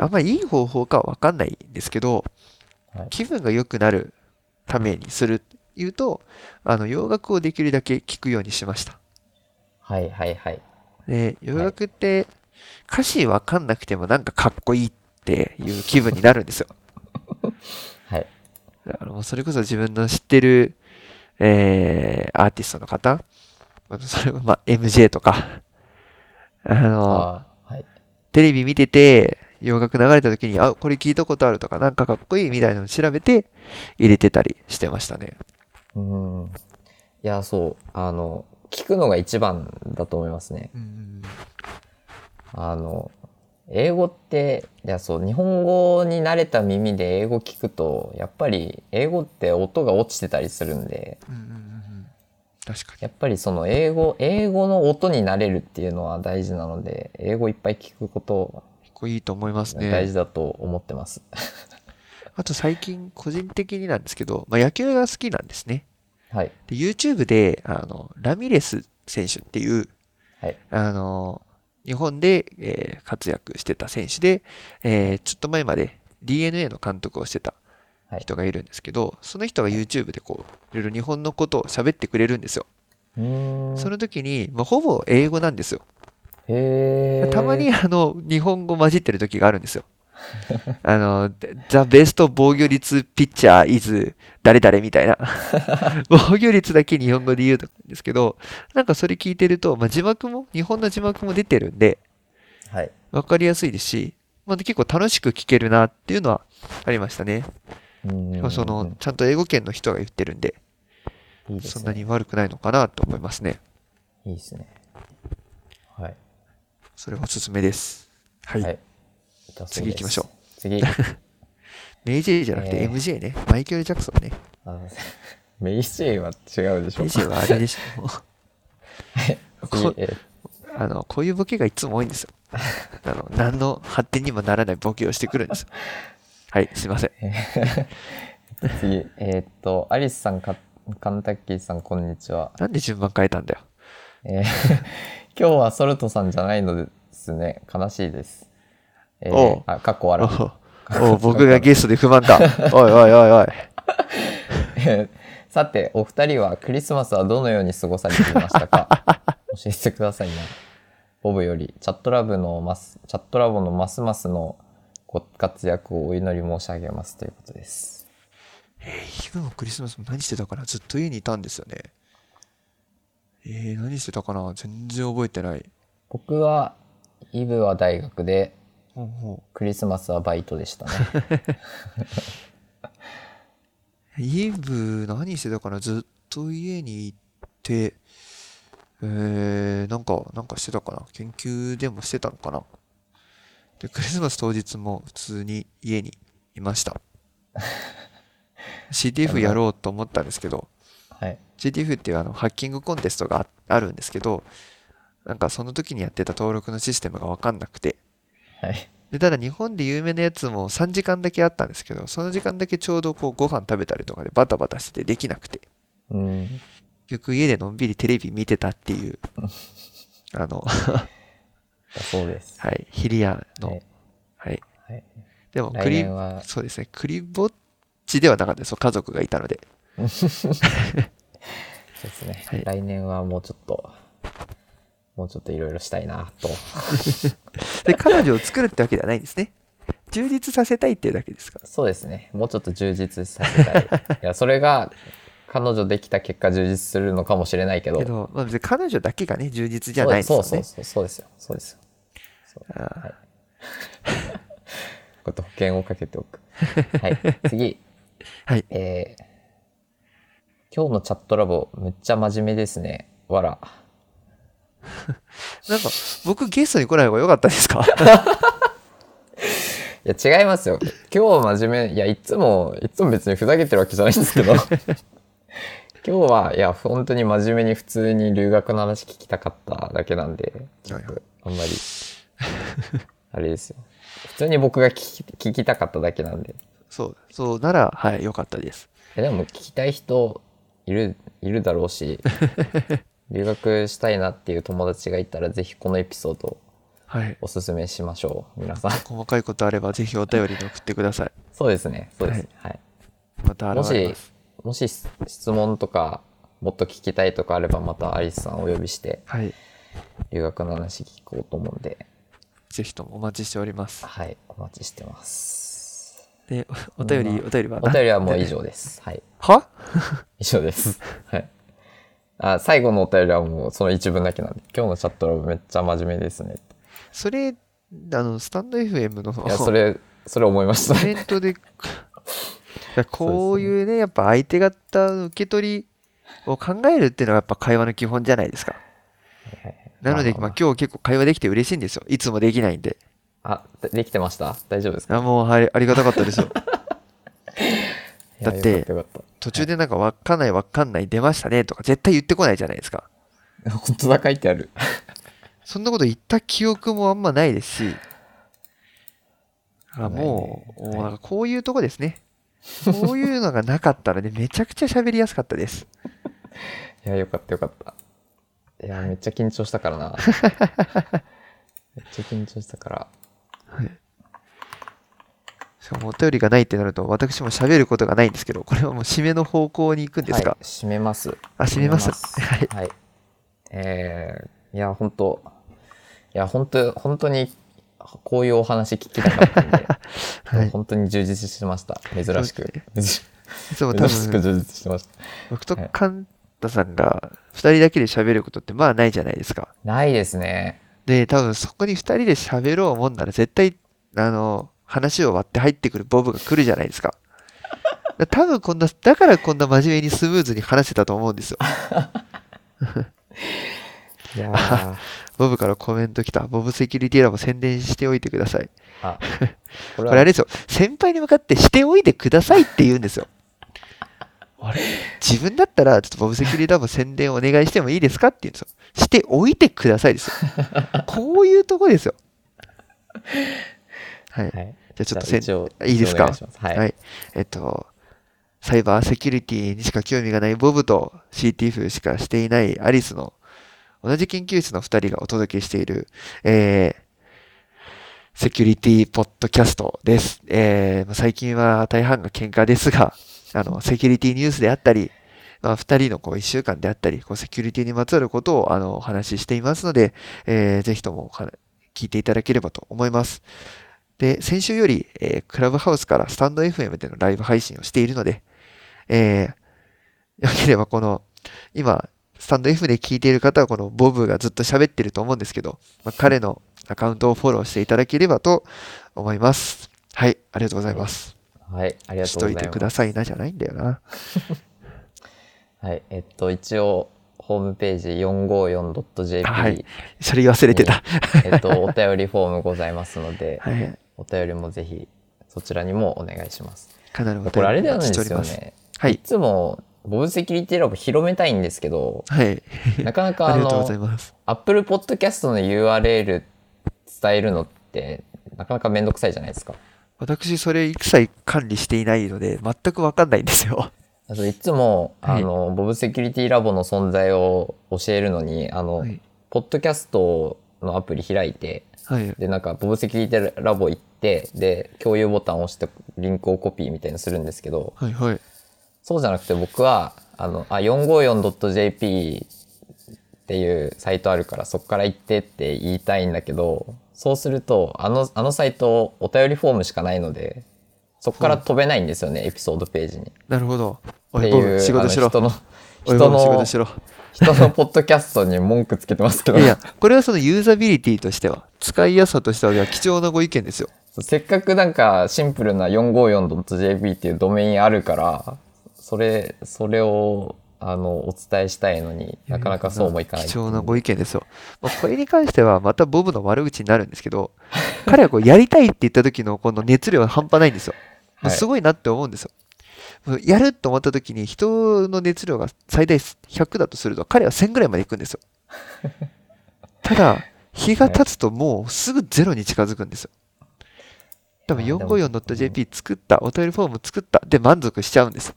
Speaker 2: あんまりいい方法かはわかんないんですけど
Speaker 1: はい、
Speaker 2: 気分が良くなるためにする、言うと、あの、洋楽をできるだけ聞くようにしました。
Speaker 1: はいはいはい。
Speaker 2: で、洋楽って、歌詞わかんなくてもなんかかっこいいっていう気分になるん ですよ。
Speaker 1: はい。
Speaker 2: だからもうそれこそ自分の知ってる、えー、アーティストの方それこそまあ、MJ とか、あの、
Speaker 1: ああ、はい。
Speaker 2: テレビ見てて、洋楽流れた時に、あ、これ聞いたことあるとか、なんかかっこいいみたいなのを調べて入れてたりしてましたね。
Speaker 1: うん。いや、そう。あの、聞くのが一番だと思いますね。
Speaker 2: うん。
Speaker 1: あの、英語って、いや、そう、日本語に慣れた耳で英語聞くと、やっぱり英語って音が落ちてたりするんで、
Speaker 2: うんうんうん。確かに。
Speaker 1: やっぱりその英語、英語の音に慣れるっていうのは大事なので、英語いっぱい聞くこと
Speaker 2: 結構いいと思います
Speaker 1: が大
Speaker 2: ね。
Speaker 1: 事だと思ってます。
Speaker 2: あと最近、個人的になんですけど、まあ、野球が好きなんですね。
Speaker 1: はい。
Speaker 2: で、YouTube で、あの、ラミレス選手っていう、
Speaker 1: はい
Speaker 2: あの、日本で、えー活躍してた選手で、えーちょっと前まで DNA の監督をしてた
Speaker 1: はい
Speaker 2: 人がいるんですけど、その人が YouTube でこう、いろいろ日本のことを喋ってくれるんですよ。
Speaker 1: うーん。
Speaker 2: その時に、まあ、ほぼ英語なんですよ。
Speaker 1: へー
Speaker 2: たまに、あの、日本語混じってる時があるんですよ。 あの、The best 防御率ピッチャー is 誰々みた いな。防御率だけ日本語で言うんですけど、なんかそれ聞いてると、まあ、字幕も、日本の字幕も出てるんで、
Speaker 1: はい。
Speaker 2: わかりやすいですし、まあ、結構楽しく聞けるなっていうのはありましたね。
Speaker 1: うん
Speaker 2: まあその、ちゃんと英語圏の人が言ってるんで、
Speaker 1: いいで
Speaker 2: そ
Speaker 1: す
Speaker 2: んな
Speaker 1: ね。
Speaker 2: に悪くないのかなと思いますね。
Speaker 1: いいですね。はい。
Speaker 2: それおすすめです。は。
Speaker 1: はいい。だそうです
Speaker 2: 次行きましょう。
Speaker 1: 次。
Speaker 2: メイジェイじゃなくて
Speaker 1: えー
Speaker 2: MJ ね。マイケル・ジャクソンね。
Speaker 1: あの メイシーは違うでしょ
Speaker 2: メイジェイはあれでしょ。
Speaker 1: 次え
Speaker 2: あの、こういうボケがいつも多いんですよ。あの、何の発展にもならないボケをしてくるんですよ。はい、すいません。
Speaker 1: ー次、えーっと、アリスさんカ、カンタッキーさん、こんにちは。
Speaker 2: なんで順番変えたんだよ。
Speaker 1: えー 今日はソルトさんじゃないのですね。悲しいです。えー
Speaker 2: おう
Speaker 1: あ、かっこ笑う。
Speaker 2: おうおう、僕がゲストで不満 か。おいおいおいおい。
Speaker 1: えー さて、お二人はクリスマスはどのように過ごされていました か教えてくださいね。ボブより、チャットラブのます、チャットラボのますますのご活躍をお祈り申し上げますということです。
Speaker 2: えー、昼もクリスマスも何してたかなずっと家にいたんですよね。えー、何してたかな全然覚えてない。
Speaker 1: 僕は、イブは大学で、
Speaker 2: ほうほ
Speaker 1: クリスマスはバイトでした ね。
Speaker 2: う。イブ、何してたかなずっと家に行って、えー、なんか、なんかしてたかな研究でもしてたのかなで、クリスマス当日も普通に家にいました。CTF やろうと思ったんですけど、
Speaker 1: はい。
Speaker 2: GTF っていうあのハッキングコンテストがああるんですけど、なんかその時にやってた登録のシステムがわかんなくて、
Speaker 1: はい。
Speaker 2: で、ただ日本で有名なやつも3時間だけあったんですけど、その時間だけちょうどこうご飯食べたりとかでバタバタしててできなくて、
Speaker 1: うん。
Speaker 2: 結局家でのんびりテレビ見てたっ ていう、あの、は
Speaker 1: だそうです。
Speaker 2: い、ヒリア
Speaker 1: は
Speaker 2: の
Speaker 1: い、
Speaker 2: はい。
Speaker 1: はい。
Speaker 2: でも、ク
Speaker 1: 来
Speaker 2: リ
Speaker 1: 年、は、
Speaker 2: そうですね、クリぼっちではなかったです。そう家族がいたので。
Speaker 1: そうですね、
Speaker 2: はい
Speaker 1: 来年はもうちょっと、もうちょっといろいろしたいなと。
Speaker 2: で、彼女を作るってわけではないんですね。充実させたいっていうだけですから。
Speaker 1: そうですね。もうちょっと充実させ たい。いや、それが、彼女できた結果充実するのかもしれないけど。
Speaker 2: けど、まあ、別に彼女だけがね、充実じ
Speaker 1: そ
Speaker 2: ゃ
Speaker 1: う
Speaker 2: ないですよね。
Speaker 1: そうそうそう、そうですよ。そうですよ。そう
Speaker 2: あ
Speaker 1: はい。 こと保険をかけておく。はい。次。
Speaker 2: はい。
Speaker 1: えー今日のチャットラボ、むっちゃ真面目ですね。わら。
Speaker 2: なんか、僕ゲストに来ない方が良かったですか
Speaker 1: いいや違いますよ今日真面目いやいつもいつも別にふざけてるわけじゃないんです けど今日はいや本当に真面目に普通に留学の話聞きたかっただけなんでちょっ
Speaker 2: はいは
Speaker 1: とあんまりあれですよ普通に僕が聞き聞きたかっただけなんで
Speaker 2: そう、そうなら、はい、良かったです。
Speaker 1: えでも聞きたい人いるいるだろうし留学したいなっていう友達がいたらぜひこのエピソードを
Speaker 2: はい。
Speaker 1: おすすめしましょう皆さん
Speaker 2: 細かいことあれば、ぜひお便りで送ってください。
Speaker 1: そうですねそうですねはい
Speaker 2: また
Speaker 1: も
Speaker 2: 現れ
Speaker 1: し
Speaker 2: ます。
Speaker 1: もし質質問とかもっと聞きたいとかあればまたアリスさんをお呼びして
Speaker 2: はい。
Speaker 1: 留学の話聞こうと思うんで
Speaker 2: ぜひともお待ちしております。
Speaker 1: はいお待ちしてます
Speaker 2: で、おお便り、お便りは
Speaker 1: お便りはもう以
Speaker 2: 上。
Speaker 1: 上ですはい
Speaker 2: は
Speaker 1: 以上です。はい。あ、最後のお便りはもうその一文だけなんで、今日のチャットラブめっちゃ真面目ですね。
Speaker 2: それ、あの、スタンド FM の
Speaker 1: いや、それ、それ思いまし
Speaker 2: コメ
Speaker 1: た。
Speaker 2: ントで、いやこういうね、やっぱ相手方の受け取りを考えるっていうのがやっぱ会話の基本じゃないですか。なので、まあ今日結構会話できて嬉しいんですよ。いつもできないんで。
Speaker 1: あ、でできてました大丈夫ですか
Speaker 2: あもう、はい、ありがたかったですよ。
Speaker 1: いや
Speaker 2: だって
Speaker 1: よかたよかっ
Speaker 2: 途中でなんかわかんないわかんない出ましたねとか絶対言ってこないじゃないですか。
Speaker 1: た。 本当だ、書いてある。
Speaker 2: そんなこと言った記憶もあんまないですし、あもう、
Speaker 1: ないね
Speaker 2: もうなんかこういうとこですね。こういうのがなかったらね、 めちゃくちゃ喋りやすかったです。
Speaker 1: いや、よかったよかった。いや、めっちゃ緊張したから な。めっちゃ緊張したから。
Speaker 2: しかもお便りがないってなると、私も喋ることがないんですけど、これはもう締めの方向に行くんですか、
Speaker 1: はい、閉めます。
Speaker 2: あ閉めます
Speaker 1: 閉めますはい。えー、いや、本当いや、本当本当に、こういうお話聞きたかったん で、
Speaker 2: はい
Speaker 1: 本当に充実しました。珍し
Speaker 2: そう
Speaker 1: く。
Speaker 2: いつ も多
Speaker 1: 珍しく
Speaker 2: 分、
Speaker 1: 充実しました。
Speaker 2: 僕とカンタさんが2人だけで喋ることってまあないじゃないですか。
Speaker 1: ないですね。
Speaker 2: で、多分そこに2人で喋ろうもんなら絶対、あの、話を割って入ってくるボブが来るじゃないです か。だ多分こんな、だからこんな真面目にスムーズに話せたと思うんですよ。
Speaker 1: いやー
Speaker 2: ボブからコメント来た。ボブセキュリティラボ宣伝しておいてください。
Speaker 1: あ、こ
Speaker 2: これあれですよ。先輩に向かってしておいてくださいって言うんですよ。あれ自分だったら、ちょっとボブセキュリティラボ宣伝お願いしてもいいですかって言うんですよ。しておいてくださいですよ。 こういうとこです よ。は
Speaker 1: は
Speaker 2: い。
Speaker 1: い。
Speaker 2: じゃあちょ
Speaker 1: じゃ
Speaker 2: っと
Speaker 1: あ
Speaker 2: せ
Speaker 1: 一応
Speaker 2: いいですか
Speaker 1: お願しますはい。
Speaker 2: はい。えっと、サイバーセキュリティにしか興味がないボブと CTF しかしていないアリスの同じ研究室の2人がお届けしている、えーセキュリティポッドキャストです。えーまあ最近は大半が喧嘩ですが、あの、セキュリティニュースであったり、まあ、2人のこう1週間であったり、こうセキュリティにまつわることをあのお話ししていますので、えーぜひともか聞いていただければと思います。で、先週より、えークラブハウスからスタンド FM でのライブ配信をしているので、えー、よければこの、今、スタンド F で聞いている方はこのボブがずっと喋ってると思うんですけど、まあ、彼のアカウントをフォローしていただければと思います。はい、ありがとうございます。
Speaker 1: はい。ありが
Speaker 2: し
Speaker 1: とう
Speaker 2: と
Speaker 1: ご
Speaker 2: い
Speaker 1: ざ
Speaker 2: て
Speaker 1: い
Speaker 2: く
Speaker 1: ま
Speaker 2: だ
Speaker 1: す。
Speaker 2: さいなじゃないんだよな。
Speaker 1: はい。えっと、一応、ホームページ 454.jp、
Speaker 2: はいそれ忘れてた。
Speaker 1: え っと、お便りフォームございますので、
Speaker 2: はい。
Speaker 1: お便りもぜひそちらにもお願いします。
Speaker 2: かなりお便
Speaker 1: これあれで
Speaker 2: り
Speaker 1: は
Speaker 2: お
Speaker 1: ない
Speaker 2: 待
Speaker 1: ん
Speaker 2: ちし
Speaker 1: で
Speaker 2: ており
Speaker 1: すよ
Speaker 2: ます。
Speaker 1: ね。
Speaker 2: はい
Speaker 1: い。つもボブセキュリティラボ広めたいんですけど、
Speaker 2: はい。
Speaker 1: なかなか
Speaker 2: あ
Speaker 1: あ
Speaker 2: りがとうござい
Speaker 1: の、
Speaker 2: ます。
Speaker 1: Apple Podcast の URL 伝えるのって、なかなかめんどくさいじゃないですか。
Speaker 2: 私、それ一切管理していないので、全くわかんないんですよ。
Speaker 1: あといつも、
Speaker 2: はい
Speaker 1: あの、ボブセキュリティラボの存在を教えるのに、あの、
Speaker 2: はい。
Speaker 1: ポッドキャストのアプリ開いて、
Speaker 2: はい。
Speaker 1: で、なんか、ボブセキュリティラボ行って、で、共有ボタンを押して、リンクをコピーみたいにするんですけど、
Speaker 2: はい。はい。
Speaker 1: そうじゃなくて僕は、あの、あ、454.jp っていうサイトあるからそこから行ってって言いたいんだけど、そうすると、あの、あのサイトお便りフォームしかないので、そこから飛べないんですよね、エピソードページに。っ
Speaker 2: なるほど。お
Speaker 1: て
Speaker 2: い、
Speaker 1: い
Speaker 2: ボ
Speaker 1: う、
Speaker 2: ブ、仕
Speaker 1: あの
Speaker 2: 事しろ。
Speaker 1: 人の、
Speaker 2: おい、
Speaker 1: 人
Speaker 2: ボブ、仕事
Speaker 1: の、
Speaker 2: しろ。
Speaker 1: 人のポッドキャストに文句つけてますけ
Speaker 2: い
Speaker 1: ど
Speaker 2: やい、や、これはそのユーザビリティとしては、使いやすさとしては、いや貴重なご意見ですよ。
Speaker 1: せっかくなんかシンプルな 454.jp っていうドメインあるから、それ、それをあのお伝えしたいのになかなかそうもいかない
Speaker 2: 貴重なご意見ですよ。まあ、これに関してはまたボブの悪口になるんですけど、彼はこうやりたいって言った時のこの熱量が半端ないんですよ。もう
Speaker 1: はい
Speaker 2: すごいなって思うんですよ。もうやると思った時に人の熱量が最大100だとすると彼は1000ぐらいまで行くんですよ。ただ、日が経つともうすぐゼロに近づくんですよ。多分
Speaker 1: いやでも
Speaker 2: 454乗った JP 作った、お便りフォーム作ったで満足しちゃうんです。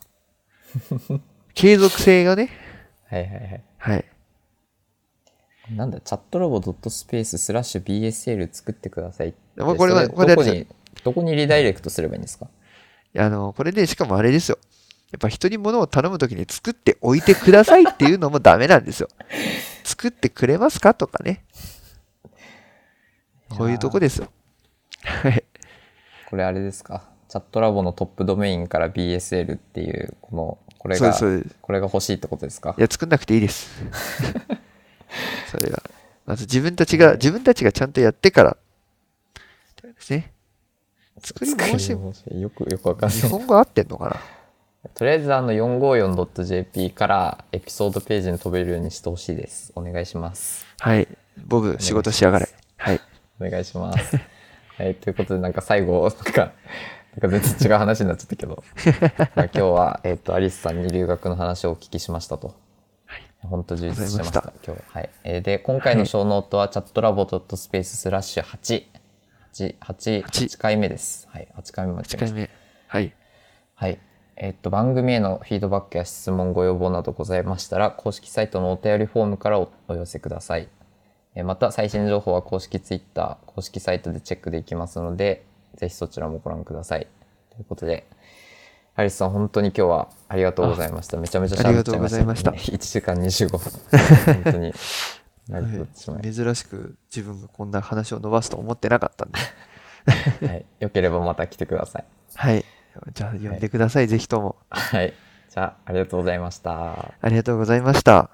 Speaker 2: 継続性がね、
Speaker 1: はいはいはい
Speaker 2: はい。
Speaker 1: なんだチャットラボドットスペーススラッシュ BSL 作ってくださいって
Speaker 2: でもこれは
Speaker 1: そ
Speaker 2: これで
Speaker 1: どこにどこにリダイレクトすればいいんですか
Speaker 2: あの、これで、しかもあれですよ。やっぱ人に物を頼むときに作っておいてくださいっていうのもダメなんですよ。作ってくれますかとかね。こういうとこですよ。はい。
Speaker 1: これあれですかチャットラボのトップドメインから BSL っていうこのこれ
Speaker 2: そうで
Speaker 1: が
Speaker 2: す、そうです。
Speaker 1: これが欲しいってことですか
Speaker 2: いや、作んなくていい です。それは。まず自分たちが、自分たちがちゃんとやってから。ですね。作り直し、
Speaker 1: しよくよくわかんない
Speaker 2: 日本語合ってんのかな
Speaker 1: とりあえずあの 454.jp からエピソードページに飛べるようにしてほしいですお願いします
Speaker 2: はい。ボブ、仕事しやがれ。はい。
Speaker 1: お願いします。はい、ということで、なんか最後、なんか、なんか全然違う話になっちゃったけど、まあ今日は、えっ、と、アリスさんに留学の話をお聞きしましたと。本当充実してました、
Speaker 2: あ
Speaker 1: 今日。はい。えーで、今回の小ノートは、チャットラボ .space スラッシュ8、8、8、
Speaker 2: 八
Speaker 1: 8回目です。はい、8回目まで。
Speaker 2: 1回目。はい。
Speaker 1: はい。えっと、番組へのフィードバックや質問、ご要望などございましたら、公式サイトのお便りフォームからおお寄せください。えーまた、最新情報は公式ツイッター、公式サイトでチェックできますので、ぜひそちらもご覧ください。ということで、ハリスさん、本当に今日はありがとうございました。めちゃめちゃ
Speaker 2: あ
Speaker 1: 喋
Speaker 2: り
Speaker 1: っち
Speaker 2: がと
Speaker 1: ゃ
Speaker 2: う
Speaker 1: い
Speaker 2: ご
Speaker 1: まし
Speaker 2: ざ
Speaker 1: た。
Speaker 2: いました
Speaker 1: 1時間25分。 本当に。なりとってしまい
Speaker 2: 珍しく自分がこんな話を伸ばすと思ってなかったんで。
Speaker 1: はい。よければまた来てください。
Speaker 2: はい。じゃあ、呼んでください、ぜひとも。
Speaker 1: はい。じゃあ、ありがとうございました。
Speaker 2: ありがとうございました。